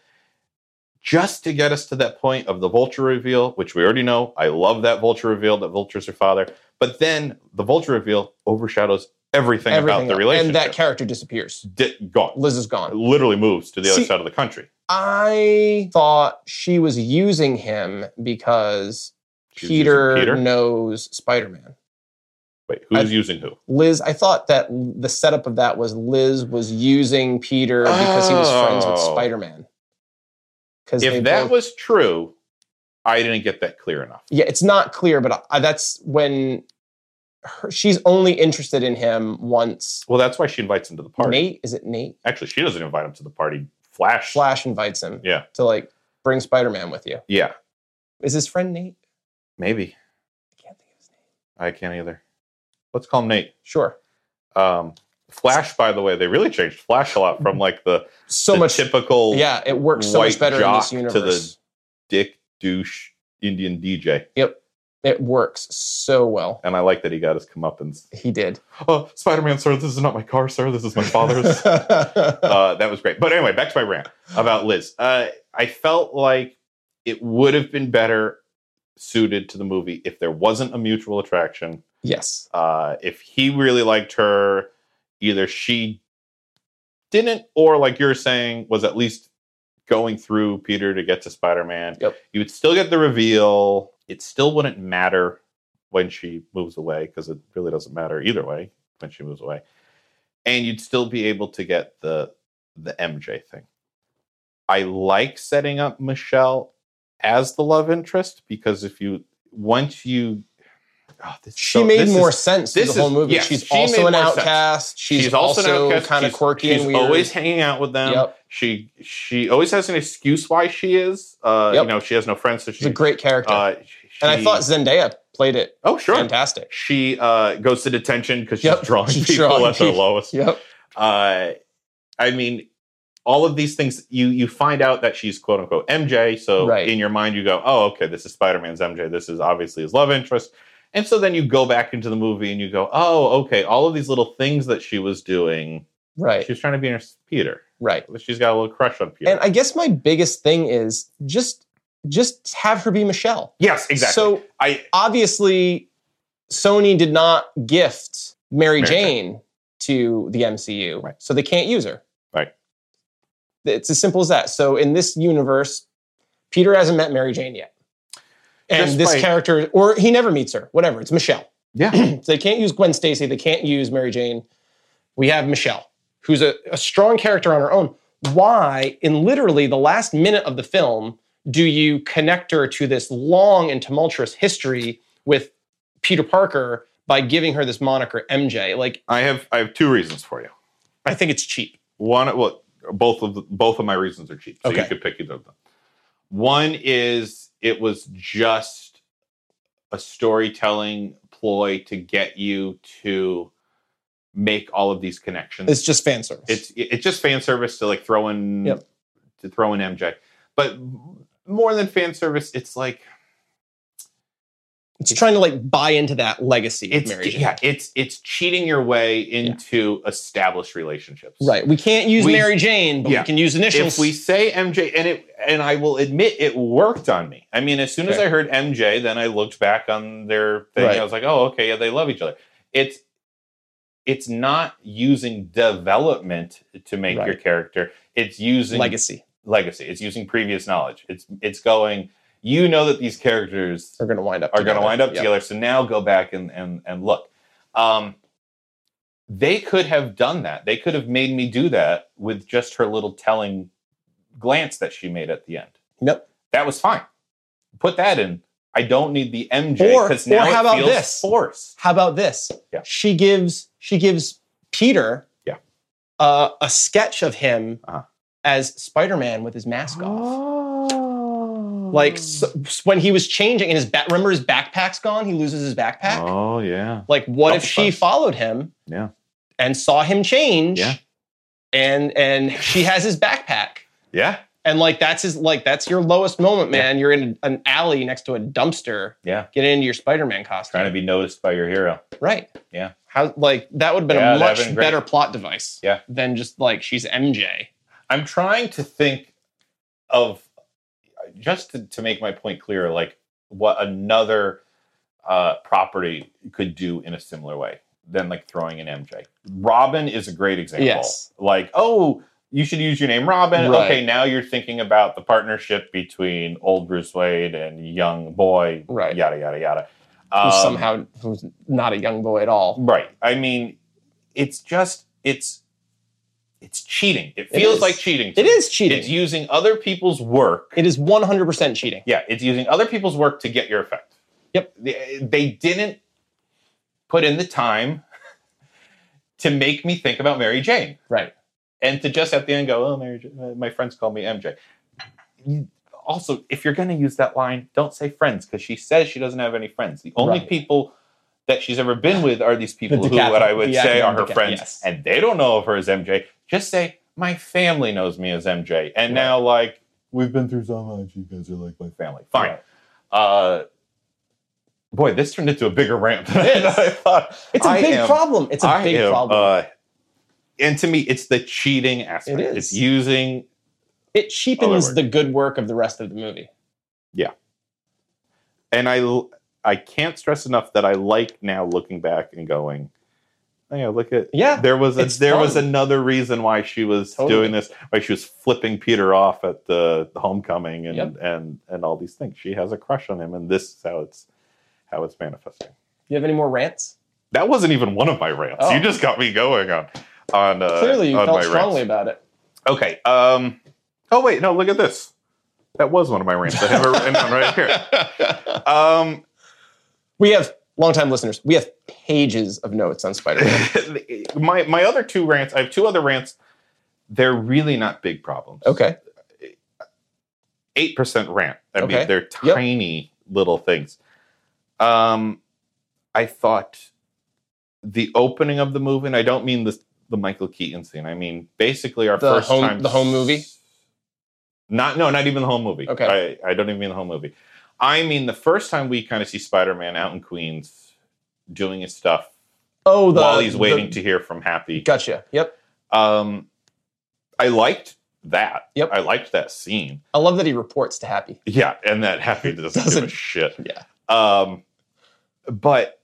just to get us to that point of the vulture reveal, which we already know. I love that vulture reveal that vultures are father, but then the vulture reveal overshadows everything, about
Everything
the
else.
relationship.
and that character disappears.
Di- gone.
Liz is gone.
Literally moves to the other
See-
side of the country.
I thought she was using him because
She's using
Peter,
Peter?
knows Spider Man.
Wait, who's
I-
using who?
Liz, I thought that the setup of that was Liz was using Peter because he was friends with
Oh.
Spider Man. Because
If that was true, I didn't get that clear enough.
yeah, it's not clear, but I, that's when her, she's only interested in him once.
Well, that's why she invites him to the party.
Nate, is it Nate?
Actually, she doesn't invite him to the party. Flash.
Flash invites him
Yeah.
to like bring Spider Man with you.
Yeah,
Is his friend Nate?
maybe.
I can't think of his name.
I can't either. Let's call him Nate.
Sure.
Um, Flash, by the way, they really changed Flash a lot from like the,
So
the
much
typical
Yeah, it works so
white
much better in
jock
this
to the-
universe.
dick douche Indian DJ.
It works so well.
And I like that he got his comeuppance.
He did.
Oh, Spider Man, sir, this is not my car, sir. This is my father's. uh, that was great. But anyway, back to my rant about Liz. Uh, I felt like it would have been better suited to the movie if there wasn't a mutual attraction.
yes.
Uh, if he really liked her, either she didn't, or like you're saying, was at least going through Peter to get to Spider Man.
Yep.
You would still get the reveal. It still wouldn't matter when she moves away because it really doesn't matter either way when she moves away, and you'd still be able to get the the MJ thing. I like setting up Michelle as the love interest because if you once you oh, this is
She
so-
made
this is
more sense through
this
the whole
is-
movie.
yes,
she's
she
also
made
an
more sense.
outcast. She's, also, kind of
She's-
quirky
she's
and weird.
always hanging out with them.
Yep.
She she always has an excuse why she is. Uh,
Yep.
You know, she has no friends, so
She's a
she.
great character.
Uh, she-
and I thought Zendaya played it
oh sure,
fantastic.
she uh, goes to detention because she's
Yep.
drawing
She's
people
drawing
at their
people.
lowest.
Yep.
Uh, I mean, all of these things you you find out that she's quote unquote MJ. So
Right.
in your mind you go, oh okay, this is Spider Man's MJ. This is obviously his love interest. And so then you go back into the movie and you go, oh okay, all of these little things that she was doing.
Right.
She was trying to be her Peter.
Right.
She's got a little crush on Peter.
And I guess my biggest thing is just just have her be Michelle.
yes, exactly.
So
I
obviously Sony did not gift
Mary
Mary, Jane, to the MCU,
Right.
so they can't use her.
Right.
It's as simple as that. So in this universe, Peter hasn't met Mary Jane yet, and
Just
this
by-
character, or he never meets her. Whatever, it's Michelle.
yeah.
So they can't use Gwen Stacy. They can't use Mary Jane. We have Michelle, who's a, a strong character on her own. Why, in literally the last minute of the film, do you connect her to this long and tumultuous history with Peter Parker by giving her this moniker MJ? Like,
I have I have two reasons for you.
I think it's cheap.
One, well, both of the, both of my reasons are cheap, so you
Okay.
could pick either of them. One is it was just a storytelling ploy to get you to make all of these connections.
It's just fan service.
it's it's just fan service to like throw in
Yep.
to throw in MJ, but more than fan service, it's like
it's trying to like buy into that legacy
it's
of Mary Jane.
yeah, it's it's cheating your way into established relationships,
Right. We can't use
We-
Mary Jane, but
Yeah.
we can use initials.
if we say MJ, and it, and I will admit it worked on me. I mean, as soon as
Okay.
I heard MJ, then I looked back on their thing.
Right.
I was like, oh, okay, yeah, they love each other. It's it's not using development to make your
Right.
character. It's using
legacy
legacy. It's using previous knowledge. It's it's going. You know that these characters
are going to wind up.
are going to
together.
wind up
Yep.
together. So now go back and and and look. Um, they could have done that. They could have made me do that with just her little telling glance that she made at the end.
Yep.
That was fine. Put that in. I don't need the MJ
Or-
because
or
now
how
it
about
feels
this?
forced.
How about this?
Yeah.
She gives she gives Peter
Yeah.
uh, a sketch of him
Uh-huh.
as Spider-Man with his mask off.
Oh.
Like so, when he was changing and his back remember his backpack's gone, he loses his backpack.
Oh yeah.
Like what if
Couple
she
times.
followed him
Yeah.
and saw him change
Yeah.
and and she has his backpack.
Yeah.
And like that's his like that's your lowest moment,
Yeah.
man. You're in an alley next to a dumpster
Yeah.
getting into your Spider-Man costume.
Trying to be noticed by your hero.
Right.
Yeah.
How like that would have been
Yeah,
a
that'd
much
have been great.
better plot device.
Yeah.
Than just like she's MJ.
I'm trying to think of just to, to make my point clear, like what another uh, property could do in a similar way than like throwing an MJ. Robin is a great example.
Yes.
Like, oh, you should use your name Robin.
Right.
Okay, now you're thinking about the partnership between old Bruce Wayne and young boy,
Right.
yada, yada, yada.
Who
Um,
somehow who's not a young boy at all.
Right. I mean, it's just, it's, it's cheating. It
It
feels
is.
like cheating. to
It
me.
is cheating.
It's using other people's work.
it is 100% cheating.
Yeah, it's using other people's work to get your effect.
Yep.
They, they didn't put in the time to make me think about Mary Jane
Right.
and to just at the end go, oh, Mary Jane, uh, my friends call me MJ. You- Also, if you're going to use that line, don't say friends because she says she doesn't have any friends. The only
Right.
people that she's ever been with are these people who,
decathlon-
what I would
the
say, are
acronym
her
decathlon,
friends,
yes.
and they don't know of her as MJ. Just say, my family knows me as MJ, and
Right.
now like we've been through so much. You guys are like my family. Fine.
Right.
Uh, boy, this turned into a bigger rant than I- than I thought.
It's a
I
big
am-
problem. It's a
I
big
am,
problem.
uh, and to me, it's the cheating aspect.
It is.
It's using.
it
other
cheapens
word.
the good work of the rest of the movie.
And I, l- I can't stress enough that I like now looking back and going, oh, yeah, look at
Yeah.
there was a,
It's
there was
fun.
another reason why she was
Totally.
doing this, why she was flipping Peter off at the homecoming and
Yep.
and and all these things. She has a crush on him, and this is how it's how it's manifesting.
You have any more rants?
That wasn't even one of my rants.
Oh.
You just got me going on on uh,
Clearly, you
on
felt
my
strongly
rants.
about it.
Okay. Um. Oh wait, no. Look at this. That was one of my rants. I have it written down right here. Um.
We have longtime listeners. We have pages of notes on Spider-Man.
my my other two rants. I have two other rants. They're really not big problems.
okay.
eight percent rant. I
Okay.
mean, they're
Yep.
tiny little things. Um, I thought the opening of the movie, and I don't mean the the Michael Keaton scene. I mean, basically our
The
first
home-
time
the home movie?
Not no, not even the home movie.
Okay.
I, I don't even mean the home movie. I mean the first time we kind of see Spider-Man out in Queens doing his stuff
Oh, the
while he's waiting
the-
to hear from Happy.
Gotcha. Yep.
Um, I liked that.
Yep.
I liked that scene.
I love that he reports to Happy.
Yeah, and that Happy doesn't, give
Doesn't-
a shit.
yeah.
Um, but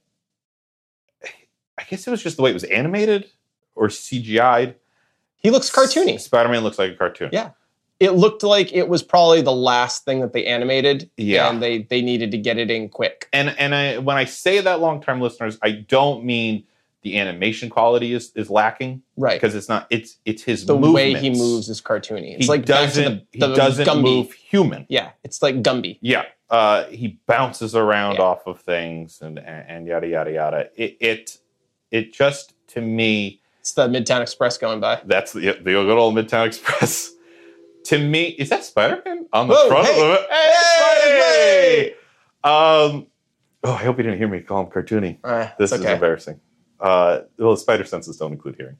I guess it was just the way it was animated or CGI'd.
He looks cartoony.
Spider-Man looks like a cartoon.
Yeah. It looked like it was probably the last thing that they animated.
Yeah.
And they they needed to get it in quick.
And and I when I say that long-time listeners, I don't mean the animation quality is is lacking
Right.
because it's not. It's it's his
The way he
movements.
moves is cartoony. It's
he
like back to the-
doesn't
the
he doesn't
Gumby.
move human.
Yeah. It's like Gumby.
Yeah, uh, he bounces around
Yeah.
off of things and, and and yada yada yada. It it it just to me
It's the Midtown Express going by.
that's the the good old Midtown Express. to me, is that Spider Man on the
Whoa,
front
hey.
of it? Hey!
Hey!
Um, oh, I hope you didn't hear me call him cartoony.
Uh,
This
it's
is
okay.
embarrassing. Uh, well, spider senses don't include hearing.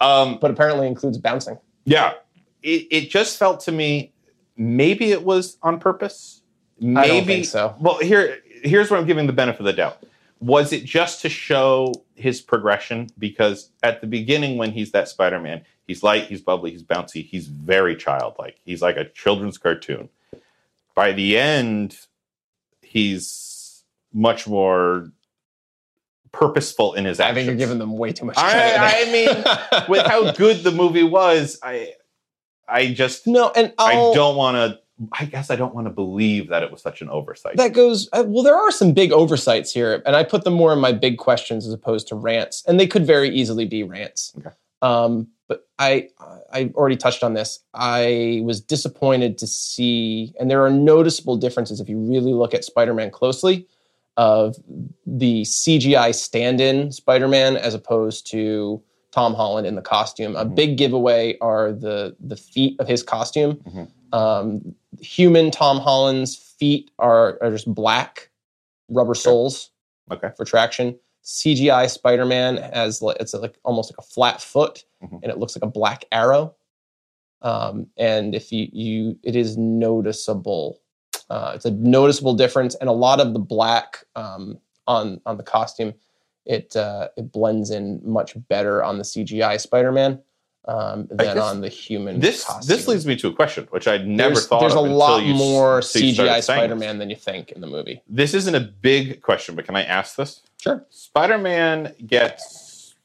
Um,
but apparently includes bouncing.
yeah, it, it just felt to me maybe it was on purpose. Maybe
I don't think so.
Well, here here's where I'm giving the benefit of the doubt. Was it just to show his progression? Because at the beginning, when he's that Spider-Man, he's light, he's bubbly, he's bouncy, he's very childlike. He's like a children's cartoon. By the end, he's much more purposeful in his
I
actions.
think you're giving them way too much credit.
I, I mean,
there.
with how good the movie was, I I just
no, and I'll,
I don't want to. I guess I don't want to believe that it was such an oversight.
that goes uh, well there are some big oversights here and i put them more in my big questions as opposed to rants and they could very easily be rants
Okay.
um, but i i already touched on this i was disappointed to see and there are noticeable differences if you really look at spider-man closely of the cgi stand-in spider-man as opposed to tom holland in the costume a
Mhm.
big giveaway are the the feet of his costume
Mhm.
um, human Tom Holland's feet are, are just black rubber soles
Okay.
for traction. CGI Spider Man has like, it's like almost like a flat foot,
Mhm.
and it looks like a black arrow. Um, and if you you, it is noticeable. Uh, it's a noticeable difference, and a lot of the black um, on on the costume, it uh, it blends in much better on the CGI Spider Man um,
I
than
guess
on the human.
this
costume
this leads me to a question, which I'd never
there's,
thought
there's
of
a
until
lot
you s-
more
until you started
CGI
saying
Spider Man than you think in the movie.
This. this isn't a big question, but can I ask this?
Sure.
Spider-Man gets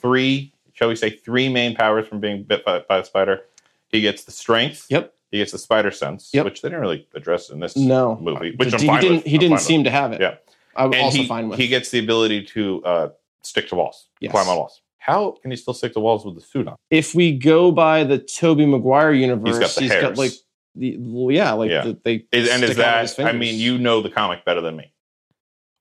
three, shall we say, three main powers from being bit by, by a spider. He gets the strength.
Yep.
He gets the spider sense,
Yep.
which they didn't really address in this
No.
movie. Which
he
I'm fine
didn't
with.
he
I'm
didn't
fine with.
seem to have it.
Yeah.
I was
And
also
he,
fine with
he gets the ability to uh, stick to walls,
Yes.
climb on walls. How can he still stick to walls with the suit on?
if we go by the Toby Maguire universe,
He's got the
he's
hairs.
got like the well, yeah, like
Yeah.
The, they
Is- and is
stick out of
that
his
I
fingers.
mean, you know the comic better than me,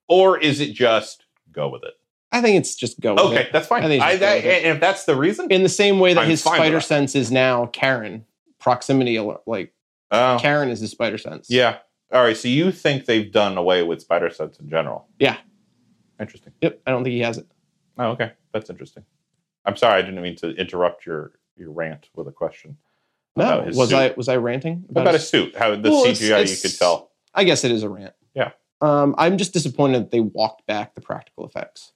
or is it just go with it?
I think it's just go with
Okay,
it.
that's fine.
I
I
think it's just go
that-
with it.
and if that's the reason,
In the same way that
I'm
his
fine with
spider
that.
sense is now Karen proximity alert, like
oh,
Karen is his spider sense.
yeah. All right, so you think they've done away with spider sense in general?
Yeah.
Interesting.
Yep. I don't think he has it.
Oh, okay, that's interesting. I'm sorry, I didn't mean to interrupt your your rant with a question
No.
About his
Was
suit.
I was I ranting
about, a
his-
suit. How the
Well, it's-
CGI
it's-
you could tell.
I guess it is a rant.
Yeah.
Um, I'm just disappointed that they walked back the practical effects.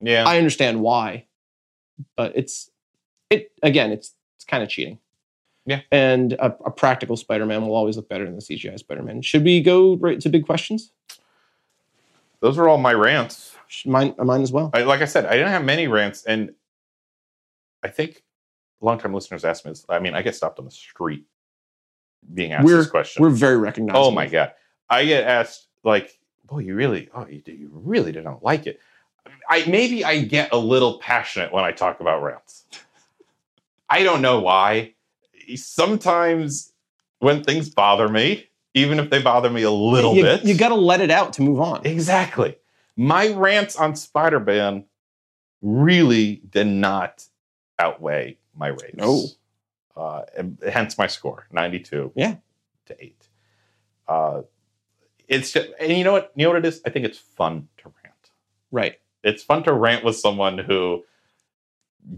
Yeah,
I understand why, but it's it again. It's it's kind of cheating.
Yeah.
And a, a practical Spider-Man will always look better than the CGI Spider-Man. Should we go right to big questions?
those are all my rants.
Should Mine, uh, mine as well.
I, like I said, I didn't have many rants, and I think longtime listeners asked me this. I mean, I get stopped on the street being asked this question.
We're very recognizable.
oh my god, I get asked like, "Boy, you really, oh, you, you really didn't like it." I maybe I get a little passionate when I talk about rants. I don't know why. Sometimes when things bother me, even if they bother me a little
you,
bit,
You got to let it out to move on.
Exactly. My rants on Spider Man really did not outweigh my raves.
No.
Uh, and hence my score 92
Yeah.
to 8. Uh, it's just, and you know what? You know what it is? I think it's fun to rant.
Right.
It's fun to rant with someone who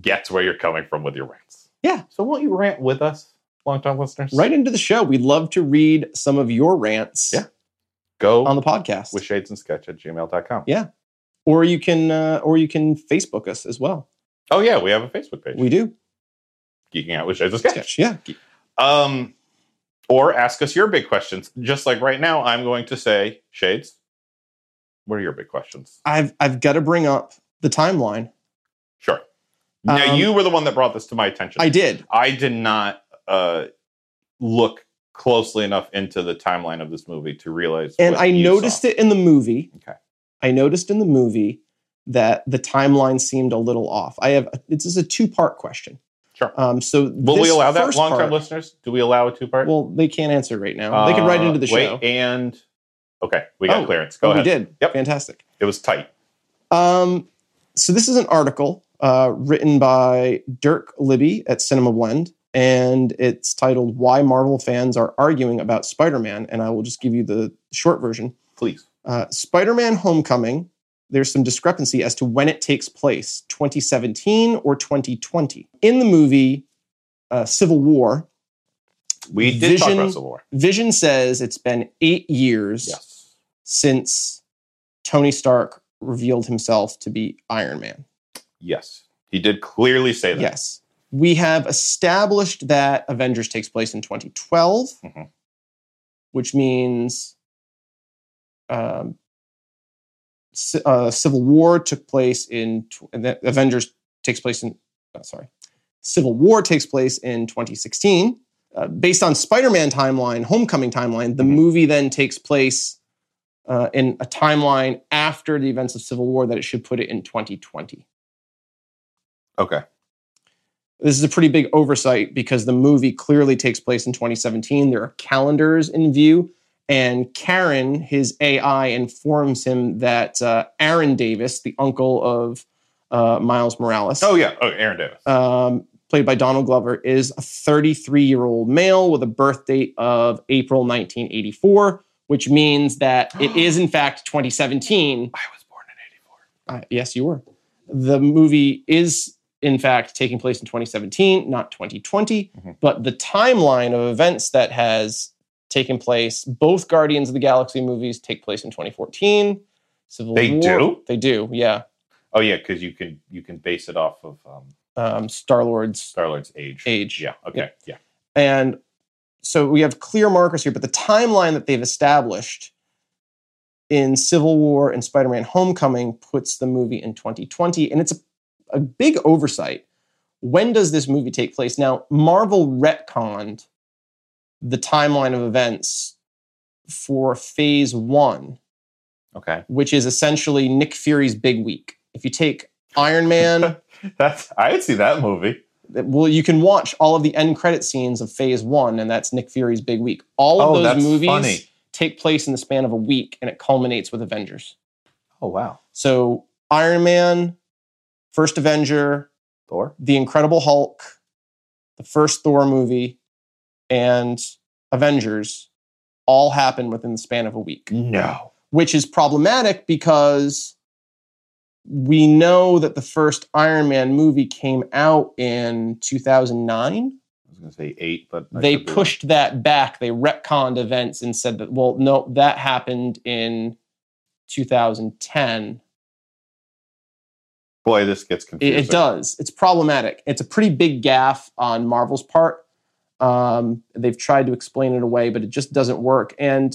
gets where you're coming from with your rants.
Yeah.
So won't you rant with us, longtime listeners?
Right into the show. We'd love to read some of your rants
Yeah. Go
on the podcast.
with shades and sketch at gmail.com.
Yeah. or you can uh, or you can Facebook us as well.
Oh yeah, we have a Facebook page.
We do.
Geeking out with shades and sketch.
Yeah.
Um, or ask us your big questions. Just like right now, I'm going to say, Shades, what are your big questions?
I've I've got to bring up the timeline.
Sure. Now
Um,
you were the one that brought this to my attention.
I did.
I did not uh, look closely enough into the timeline of this movie to realize.
And I noticed it in the movie.
Okay.
I noticed in the movie that the timeline seemed a little off. I have this is a two-part question.
Sure.
Um so
Will we
this
allow that?
first
Long term
part-
listeners, do we allow a two part?
Well, they can't answer right now. they can write into the show.
and okay, we got
Oh,
clearance. Uh, Go
Oh,
ahead.
We did.
Yep.
Fantastic.
It was tight.
Um, so this is an article uh, written by Dirk Libby at Cinema Blend, and it's titled "Why Marvel Fans Are Arguing About Spider-Man." And I will just give you the short version.
Please.
Uh, Spider-Man: Homecoming. There's some discrepancy as to when it takes place, 2017 or 2020. In the movie uh, Civil War,
We did talk
Vision-
about Civil War.
Vision says it's been eight years
Yes.
since Tony Stark revealed himself to be Iron Man.
Yes. He did clearly say that.
Yes. We have established that Avengers takes place in 2012,
Mhm.
which means um, C- uh, Civil War took place in, tw- and that Avengers takes place in, oh, sorry, Civil War takes place in 2016. Uh, based on Spider Man timeline, Homecoming timeline, the
Mhm.
movie then takes place uh, in a timeline after the events of Civil War that it should put it in 2020
Okay.
this is a pretty big oversight because the movie clearly takes place in 2017. There are calendars in view, and Karen, his AI, informs him that uh, Aaron Davis, the uncle of uh, Miles Morales,
Oh yeah. Oh, Aaron Davis.
um, played by Donald Glover, is a 33 year old male with a birth date of April 1984, which means that it is in fact 2017.
I was born in '84.
Uh, yes, you were. The movie is, in fact, taking place in 2017, not 2020,
Mhm.
but the timeline of events that has taken place, both Guardians of the Galaxy movies take place in 2014. Civil
They
War-
do?
They do, yeah.
Oh yeah, because you can you can base it off of um,
Um, Star Lord's.
Star Lord's age.
Age.
Yeah. Okay. Yeah.
And so we have clear markers here, but the timeline that they've established in Civil War and Spider Man Homecoming puts the movie in 2020. And it's a, a big oversight. When does this movie take place? Now, Marvel retconned the timeline of events for phase one,
Okay.
which is essentially Nick Fury's big week. If you take Iron Man,
That's I'd see that movie.
well, you can watch all of the end credit scenes of phase one, and that's Nick Fury's big week. All of
oh,
those
that's
movies
funny.
take place in the span of a week and it culminates with Avengers.
Oh wow.
So Iron Man, First Avenger,
Thor.
The Incredible Hulk, the first Thor movie, and Avengers all happen within the span of a week,
No.
which is problematic because we know that the first Iron Man movie came out in 2009
I was gonna say eight, but I
they
could be
pushed that back. They retconned events and said that, well, no, that happened in 2010.
wrong. Boy, this gets
It,
confusing.
it does. It's problematic. It's a pretty big gaffe on Marvel's part. Um, they've tried to explain it away, but it just doesn't work. And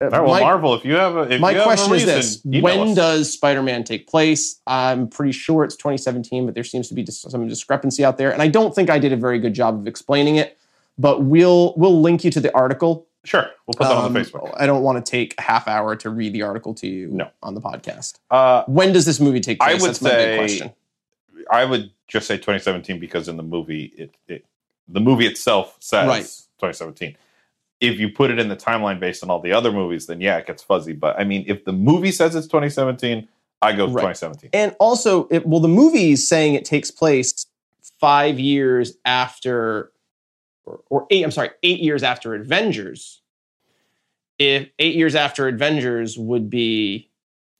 uh,
All right, well,
my,
Marvel, if you have a if
my
you have a
question is
reason,
this
email
When
us.
does Spider Man take place? I'm pretty sure it's 2017, but there seems to be dis- some discrepancy out there. And I don't think I did a very good job of explaining it, but we'll, we'll link you to the article
sure we'll put that on the
Um,
Facebook.
I don't want to take a half hour to read the article to you
No.
on the podcast.
Uh,
When does this movie take
I
place?
would
That's my
say-
big question.
I would just say 2017 because in the movie it, it the movie itself says
Right.
2017. If you put it in the timeline based on all the other movies, then yeah, it gets fuzzy. But I mean, if the movie says it's 2017, I go
Right.
2017.
And also, it, well, the movie is saying it takes place five years after, or, or eight, I'm sorry, eight years after Avengers. If eight years after Avengers would be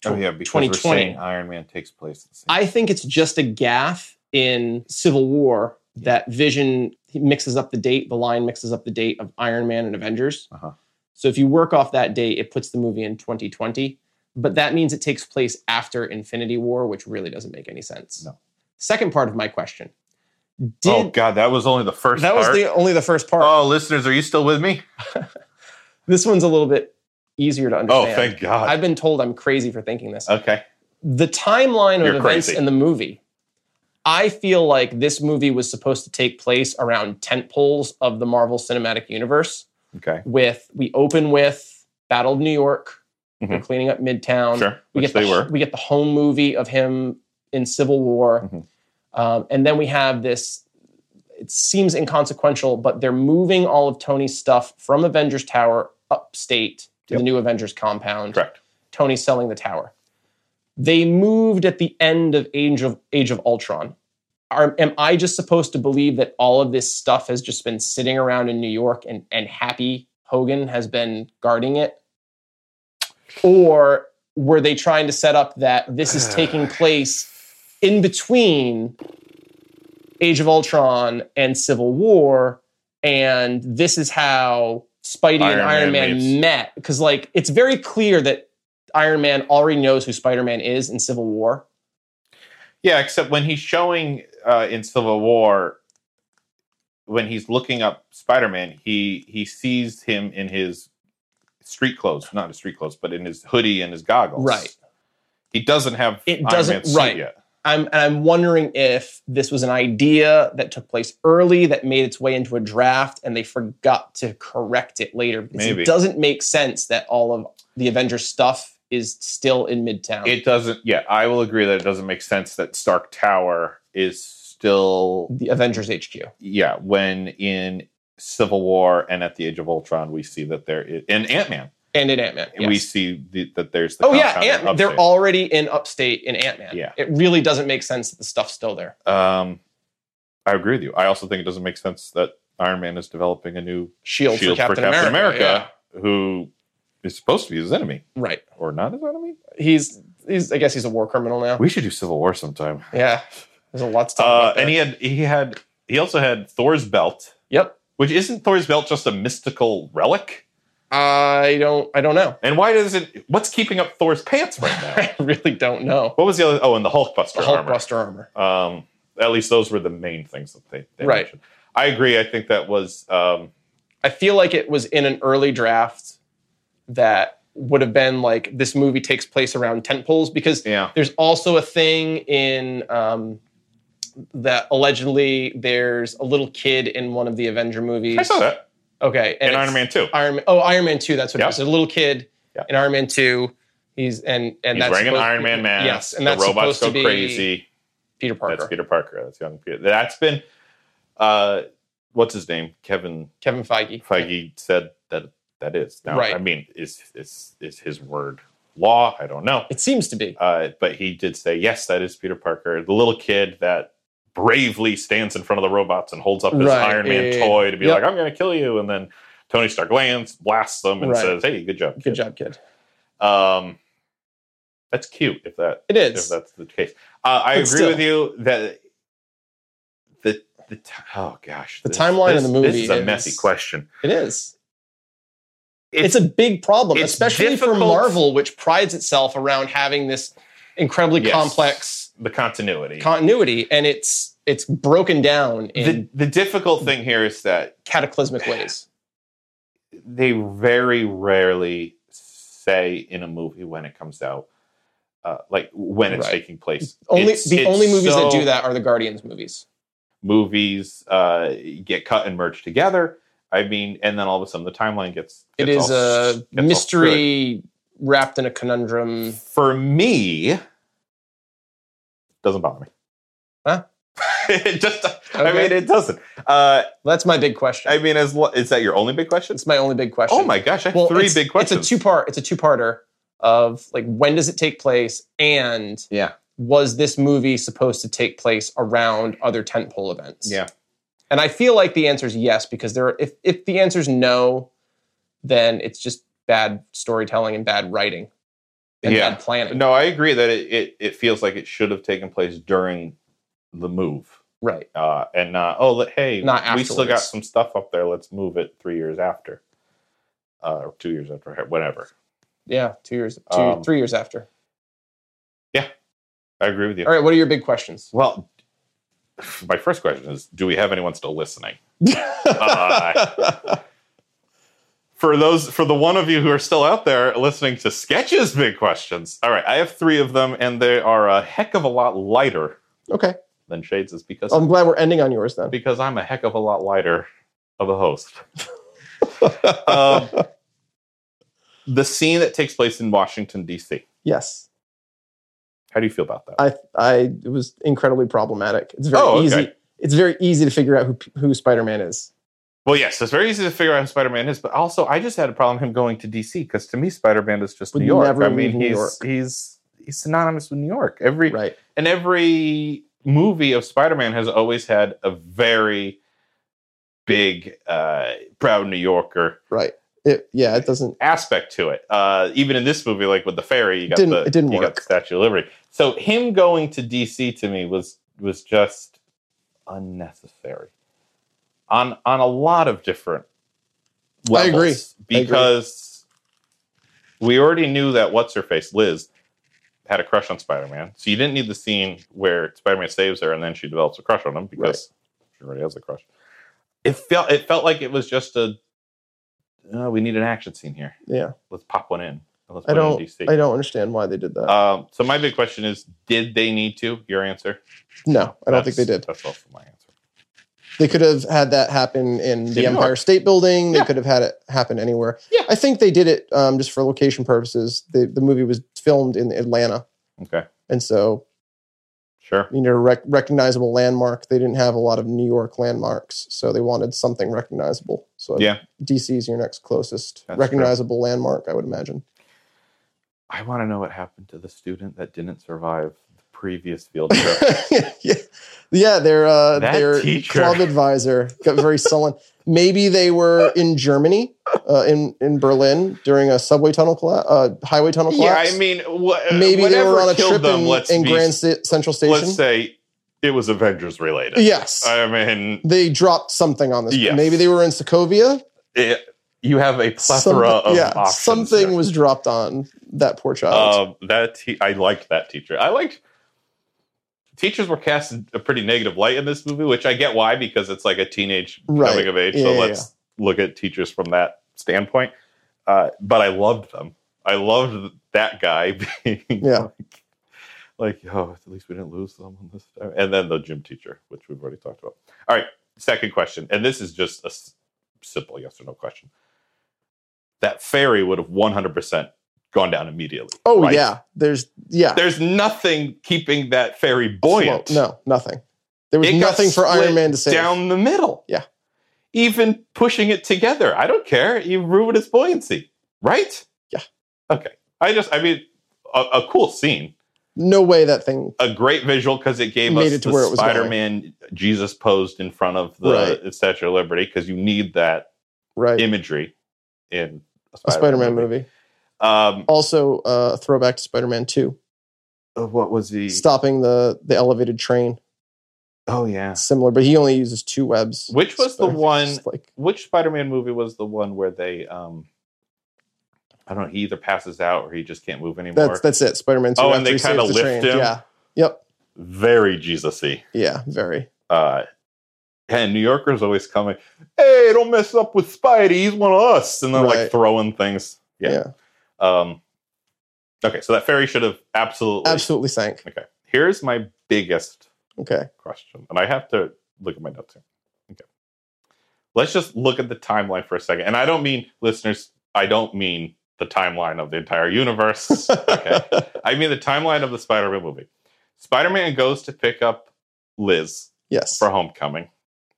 Oh yeah, because we're
2020.
saying Iron Man takes place. At the same
I think it's just a gaffe in Civil War that Vision he mixes up the date, the line mixes up the date of Iron Man and Avengers.
Uh-huh.
So if you work off that date, it puts the movie in 2020. But that means it takes place after Infinity War, which really doesn't make any sense.
No.
Second part of my question. Did
oh God, that was only the first.
that was
part.
the only the first part.
Oh, listeners, are you still with me?
This one's a little bit easier to
Oh,
understand.
thank God.
I've been told I'm crazy for thinking this.
okay.
the timeline of
You're
events
crazy.
in the movie. I feel like this movie was supposed to take place around tent poles of the Marvel Cinematic Universe.
Okay.
With we open with Battle of New York, they're
Mhm.
cleaning up Midtown.
Sure.
Um, We
Which
get
they
the,
were.
We get the home movie of him in Civil War,
Mhm.
um, and then we have this. It seems inconsequential, but they're moving all of Tony's stuff from Avengers Tower upstate to
Yep.
the new Avengers compound.
Correct.
Tony selling the tower. They moved at the end of Age of Age of Ultron. Are, am I just supposed to believe that all of this stuff has just been sitting around in New York and, and Happy Hogan has been guarding it? Or were they trying to set up that this is taking place in between Age of Ultron and Civil War, and this is how Spidey and Iron
Iron Man
Man
leaves.
met? Because like it's very clear that Iron Man already knows who Spider Man is in Civil War.
Yeah, except when he's showing uh, in Civil War, when he's looking up Spider-Man, he he sees him in his street clothes, not his street clothes, but in his hoodie and his goggles.
Right.
He doesn't have
It
Iron
doesn't-
Man's suit
right.
yet.
I'm and I'm wondering if this was an idea that took place early that made its way into a draft and they forgot to correct it later because
Maybe.
it doesn't make sense that all of the Avengers stuff is still in Midtown.
It doesn't. Yeah, I will agree that it doesn't make sense that Stark Tower is still.
the Avengers HQ.
Yeah, when in Civil War and at the Age of Ultron, we see that there is, and Ant Man,
And in Ant Man.
we see the, that there's the.
oh yeah,
compound
Ant- they're
upstairs.
already in upstate in Ant Man.
Yeah.
It really doesn't make sense that the stuff's still there.
Um, I agree with you. I also think it doesn't make sense that Iron Man is developing a new
Shield, E
E
for Captain, America.
who is supposed to be his enemy
yeah. Right.
or not his enemy.
He's he's I guess he's a war criminal now.
We should do Civil War sometime.
Yeah. There's a lot to talk
Uh,
about. there.
and he had he had he also had Thor's belt,
yep.
which isn't Thor's belt just a mystical relic?
I don't I don't know.
And why doesn't what's keeping up Thor's pants right now?
I really don't know.
what was the other? Oh, and the Hulkbuster
The Hulk
armor.
Buster armor.
Um, at least those were the main things that they, they
Right.
mentioned. I agree. I think that was um,
I feel like it was in an early draft that would have been like this movie takes place around tent poles because
yeah.
There's also a thing in um, that allegedly there's a little kid in one of the Avenger movies.
I saw that.
Okay,
and
it's-
Iron Man Two.
Iron Man. Oh, Iron Man Two. That's what
Yeah.
it was. A little kid
Yeah.
in Iron Man Two. He's and and
He's
that's
wearing an
supposed-
Iron Man mask.
Yes, and that's
the robots
supposed
go
to be
crazy.
Peter Parker.
That's Peter Parker. That's young Peter. That's been, uh, what's his name? Kevin
Kevin Feige.
Feige said that that is now.
Right.
I mean, is is is his word law? I don't know.
It seems to be
Uh, but he did say yes, that is Peter Parker, the little kid that bravely stands in front of the robots and holds up his
Right.
Iron Man
Yeah, yeah,
toy to be
Yep.
like, "I'm going to kill you," and then Tony Stark lands, blasts them, and
Right.
says, "Hey, good job,
good job, kid.
job." Um, that's cute. If that
It
if
is.
that's the case. Uh, I
But
agree
still.
with you that the the ti- oh gosh
The timeline of the movie
This is a
is-
messy question.
It is.
It's-
It's, a big problem,
it's
especially
difficult-
for Marvel, which prides itself around having this incredibly
Yes.
complex
The continuity.
continuity and it's it's broken down in
the, the difficult thing here is that
cataclysmic ways
they very rarely say in a movie when it comes out, uh, like when it's
Right.
taking place.
only
It's-
the
it's
only movies
so-
that do that are the guardians movies
Movies uh, get cut and merged together. I mean, and then all of a sudden the timeline gets.
it
gets
is
all-
a
gets all screwed.
mystery wrapped in a conundrum
for me doesn't bother me
Huh?
it just i
Okay.
mean it doesn't uh
that's my big question
i mean as lo- is that your only big question
it's my only big question
oh my gosh i have
well
three
it's,
big questions
it's a two part it's a two parter of like when does it take place and
Yeah.
was this movie supposed to take place around other tentpole events
yeah
And I feel like the answer is yes because there. Are, if if the answer is no, then it's just bad storytelling and bad writing and
Yeah.
bad planning.
no i agree that it, it it feels like it should have taken place during the move
Right.
uh, and not oh let, hey
Not
we still got
afterwards.
some stuff up there let's move it three years after uh, or two years after whatever
Yeah. Two years. Two,
Um,
three years after.
i agree with you
All right. What are your big questions?
well my first question is do we have anyone still listening Uh, for those for the one of you who are still out there listening to sketches big questions all right i have three of them and they are a heck of a lot lighter
okay.
than shades is because
I'm glad we're ending on yours then.
because i'm a heck of a lot lighter of a host um, the scene that takes place in washington d.c
Yes.
how do you feel about that
I I it was incredibly problematic. It's very
Oh, okay.
easy. It's very easy to figure out who who Spider-Man is.
well yes it's very easy to figure out who spider-man is but also i just had a problem him going to d.c because to me spider-man is just
Would
new york
never
i mean
leave New
he's
York.
he's he's synonymous with new york every
Right.
and every movie of Spider-Man has always had a very big, uh, proud New Yorker
Right. It, yeah. It doesn't.
aspect to it. Uh, even in this movie, like with the fairy, you got
Didn't-
the
it didn't
you got
work.
the Statue of Liberty. So him going to DC to me was was just unnecessary on on a lot of different
I
levels.
agree. I agree.
because we already knew that what's her face Liz had a crush on Spider Man, so you didn't need the scene where Spider Man saves her and then she develops a crush on him because she already has a crush. It felt it felt like it was just a uh, we need an action scene here.
Yeah.
Let's pop one in. and Let's
I
put it
don't.
in DC.
I don't understand why they did that.
Um, so my big question is, did they need to? Your answer?
no, I don't think they
That's-
did.
That's also my answer.
They could have had that happen in the
New
Empire
York.
State Building. They
Yeah.
could have had it happen anywhere.
Yeah.
I think they did it um, just for location purposes. The the movie was filmed in Atlanta,
Okay,
and so
sure.
you know rec- recognizable landmark. They didn't have a lot of New York landmarks, so they wanted something recognizable. So
Yeah.
DC is your next closest
That's
recognizable landmark, I would imagine.
I want to know what happened to the student that didn't survive the previous field trip.
yeah. yeah, their uh,
That
their
teacher.
club advisor got very sullen. Maybe they were in Germany, uh, in in Berlin during a subway tunnel collapse, uh, highway tunnel
yeah,
collapse.
I mean, wha- uh,
maybe they
whatever
were on a
killed
trip
them,
in,
let's
in
be-
Grand Sta- Central Station.
Let's say it was Avengers related.
yes,
I mean,
they dropped something on this.
Yes.
Maybe they were in Sokovia.
it, you have a plethora
Something-
of
yeah,
options.
something
here.
was dropped on that poor child.
Um, that te- I liked that teacher. I liked teachers were cast in a pretty negative light in this movie, which I get why because it's like a teenage
Right.
coming of age.
Yeah,
so
yeah,
let's look at teachers from that standpoint. Uh, but I loved them. I loved that guy being
Yeah.
like, like, oh, at least we didn't lose someone this time. And then the gym teacher, which we've already talked about. All right, second question, and this is just a s- simple yes or no question. That fairy would have one hundred percent gone down immediately.
oh
right?
yeah, there's yeah.
there's nothing keeping that fairy buoyant.
No, nothing. There was
It got
nothing for Iron
split
Man to save.
down the middle.
Yeah.
even pushing it together, I don't care. You ruin its buoyancy, right?
Yeah.
Okay. I just, I mean, a, a cool scene,
No way that thing
a great visual because it gave
Made
us
it to
the
where it was going.
Spider-Man Jesus posed in front of the Statue of Liberty because you need that
right.
imagery in a
a Spider-Man movie.
Um,
Also, uh, a throwback to Spider-Man Two,
uh, what was the?
stopping the the elevated train.
Oh yeah.
Similar, but he only uses two webs.
Which was the
Spider-
one-
just Like
which Spider-Man movie was the one where they um I don't know, he either passes out or he just can't move anymore.
that's that's it. Spider-Man Two.
Oh, and
after
they
he saves
kinda
the
lift
train.
him?
Yeah. Yep.
Very Jesus-y.
Yeah. Very.
Uh and New Yorkers always coming, hey, don't mess up with Spidey, he's one of us. And they're
Right.
like throwing things.
Yeah.
Yeah. Um Okay, so that fairy should have absolutely
Absolutely sank.
Okay. Here's my biggest
Okay.
question. And I have to look at my notes here. Okay. Let's just look at the timeline for a second. And I don't mean listeners, I don't mean the timeline of the entire universe. okay. I mean the timeline of the Spider Man movie. Spider Man goes to pick up Liz
Yes.
for homecoming.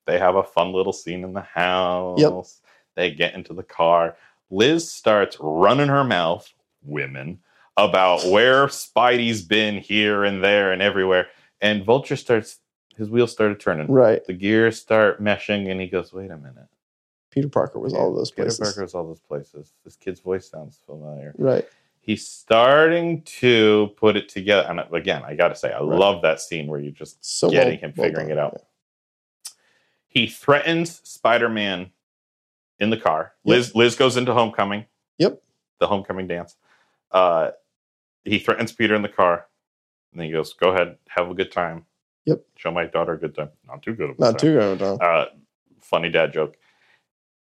They have a fun little scene in the house. They get into the car. Liz starts running her mouth, women, about where Spidey's been here and there and everywhere. And Vulture starts, his wheels started turning.
Right.
The gears start meshing, and he goes, Wait a minute.
Peter Parker was all of those
Peter
places.
Parker was all those places. This kid's voice sounds familiar.
Right.
he's starting to put it together. And again, I got to say, I
Right.
love that scene where you just
So
Getting him, figuring it out. he threatens Spider-Man in the car. Liz Liz goes into homecoming.
Yep.
The homecoming dance. Uh, he threatens Peter in the car, and then he goes, "Go ahead, have a good time.
Yep.
Show my daughter a good time. Not too good. Of a
Not
time.
too good. No.
Uh, funny dad joke.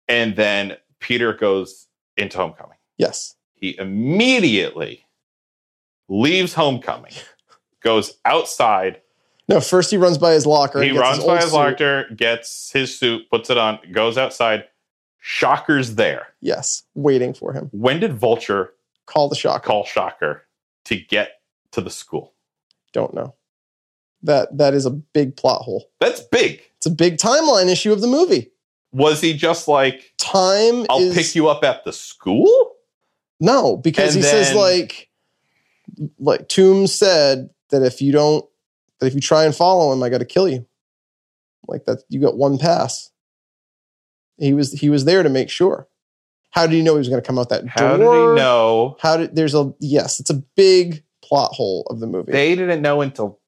And then Peter goes into homecoming.
Yes.
He immediately leaves homecoming, goes outside,
No. First, he runs by his locker.
he
and gets
runs by
old
his
suit.
locker, gets his suit, puts it on, goes outside. Shocker's there.
Yes, waiting for him.
When did Vulture
Call the shock.
call Shocker to get to the school?
Don't know. That that is a big plot hole.
That's big.
It's a big timeline issue of the movie.
Was he just like,
Time
I'll
is
pick you up at the school?
no because
And
he says
then-
like like Tombs said that if you don't that if you try and follow him, I got to kill you. Like that, you got one pass. He was he was there to make sure. How did he know he was going to come out that
How did
door?
he know?
How did there's a yes? It's a big plot hole of the movie.
They didn't know until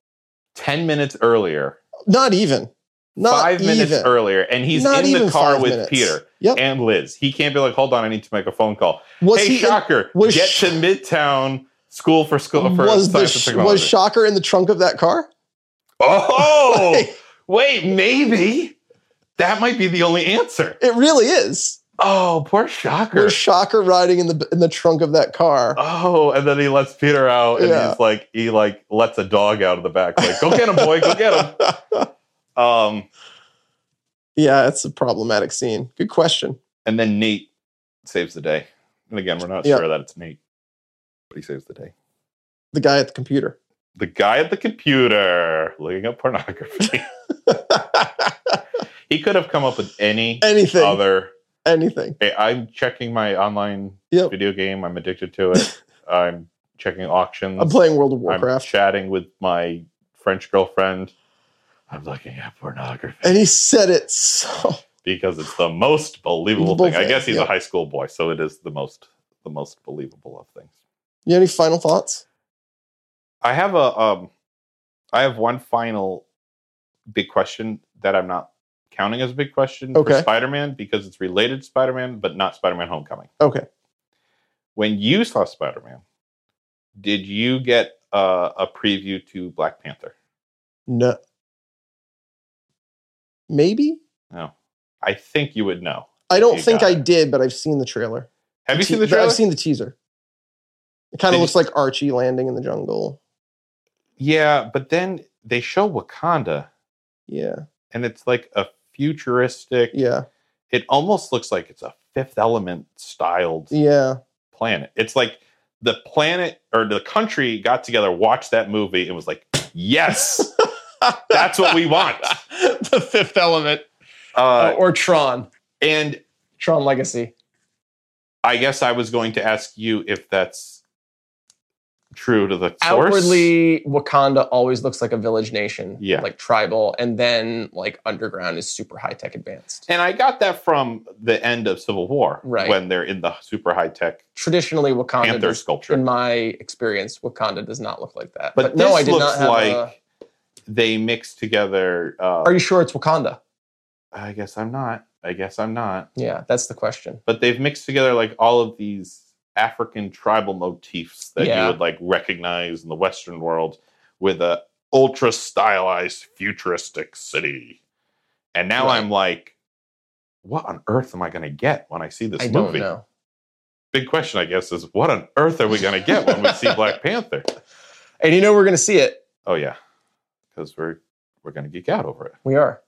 10 minutes earlier,
not even. Not
five minutes
even.
earlier, and he's
Not
in the
even
car
five
with
minutes.
Peter
Yep.
and Liz. He can't be like, hold on, I need to make a phone call.
Was
hey,
he? in-
Shocker,
was
get
Sh-
to Midtown School for School for
was the
Science and
sh-
Technology.
was Shocker in the trunk of that car?
Oh,
Like,
wait, maybe that might be the only answer.
it really is.
Oh, poor Shocker.
Was Shocker riding in the in the trunk of that car?
Oh, and then he lets Peter out, and
Yeah.
he's like, he like lets a dog out of the back, like, go get him, boy, go get him. Um,
yeah, it's a problematic scene. Good question.
and then Nate saves the day. And again, we're not
Yeah.
sure that it's Nate, but he saves the day.
The guy at the computer.
The guy at the computer looking up pornography. he could have come up with any
anything.
other
Anything.
Hey, I'm checking my online
Yep.
video game. I'm addicted to it. I'm checking auctions.
I'm playing World of
I'm
Warcraft.
chatting with my French girlfriend. I'm looking at pornography
and he said it so
because it's the most believable
Believable
thing. I
thing,
guess he's
yeah.
a high school boy, so it is the most the most believable of things.
you have any final thoughts?
I have a um I have one final big question that I'm not counting as a big question
Okay.
for Spider-Man because it's related to Spider-Man, but not Spider-Man Homecoming.
Okay.
when you saw Spider Man, did you get uh, a preview to Black Panther?
No. Maybe?
No, I think you would know.
I don't
You
think
got
I
it.
did, but I've seen the trailer.
Have you
Te-
seen the trailer?
I've seen the teaser. It kind
Did
of
you-
looks like Archie landing in the jungle.
yeah, but then they show Wakanda,
Yeah.
and it's like a futuristic.
Yeah.
It almost looks like it's a Fifth Element styled
Yeah.
planet. It's like the planet or the country got together, watched that movie, and was like, "Yes, that's what we want."
the fifth element.
Oh.
Uh,
or, or Tron.
and
Tron Legacy.
I guess I was going to ask you if that's true to the source.
Outwardly, Wakanda always looks like a village nation.
Yeah.
Like tribal. And then like underground is super high tech advanced.
And I got that from the end of Civil War,
Right.
when they're in the super high tech
Traditionally, Wakanda
panther
does,
sculpture.
in my experience, Wakanda does not look like that.
but this
no, I did
looks
not have
like
a-
they mixed together. Uh,
Are you sure it's Wakanda?
I guess I'm not. I guess I'm not.
Yeah, that's the question.
But they've mixed together like all of these African tribal motifs that
Yeah.
you would like recognize in the Western world with a ultra stylized futuristic city. And now
Right.
I'm like, what on earth am I going to get when I see this
I don't
movie?
know.
Big question, I guess, is what on earth are we going to get when we see Black Panther?
And you know we're gonna see it.
Oh yeah, because we're we're gonna geek out over it.
We are.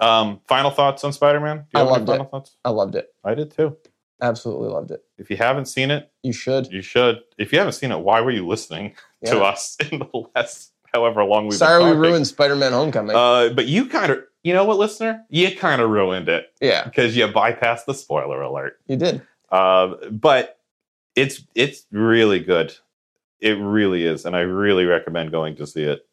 Um, final thoughts on Spider Man?
I loved
final thoughts?
I loved it.
I did too.
Absolutely loved it.
If you haven't seen it,
You should.
you should. If you haven't seen it, why were you listening to
Yeah.
us in the last however long uh, we've? been
Sorry we
talking?
ruined Spider-Man Homecoming.
Uh, but you kind of, you know what, listener, you kind of ruined it
yeah,
because you bypassed the spoiler alert.
you did.
Uh, but it's it's really good. It really is, and I really recommend going to see it.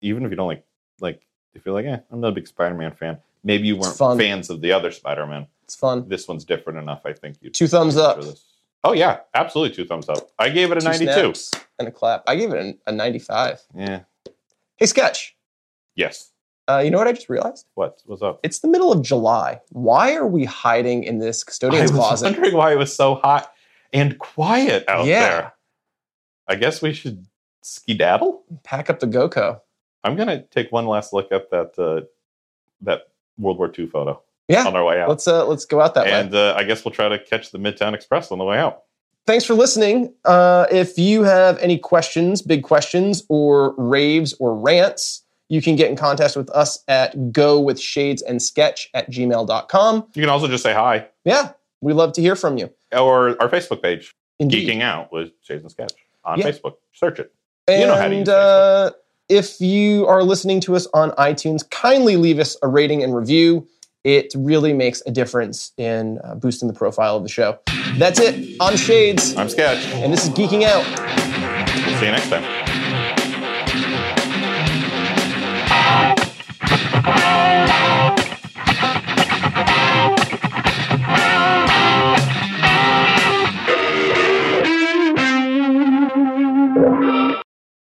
Even if you don't like like if you're like, eh, I'm not a big Spider-Man fan. Maybe you
It's
weren't
fun.
fans of the other Spider-Man.
It's fun.
This one's different enough. I think you
Two thumbs up.
Oh yeah, absolutely two thumbs up. I gave it a
Two
92.
snaps and a clap. I gave it an- a 95.
Yeah.
Hey, Sketch,
Yes.
uh, you know what I just realized?
What? What's up?
It's the middle of July. Why are we hiding in this
I
custodian's
was
closet?
wondering why it was so hot and quiet out
Yeah.
there. I guess we should skedaddle.
Pack up the GoCo.
I'm gonna take one last look at that uh, that World War II photo
Yeah,
on our way out,
let's uh, let's go out that way.
and uh, I guess we'll try to catch the Midtown Express on the way out.
thanks for listening. Uh, if you have any questions, big questions, or raves or rants, you can get in contact with us at go with shades and sketch at gmail.com.
You can also just say hi
Yeah, we love to hear from you.
or our Facebook page,
Indeed.
Geeking Out with Jason Sketch on
Yeah.
Facebook. Search it.
And,
You know how to use
uh, if you are listening to us on iTunes, kindly leave us a rating and review. It really makes a difference in uh, boosting the profile of the show. That's it. I'm Shades,
I'm Sketch.
and this is Geeking Out.
See you next time.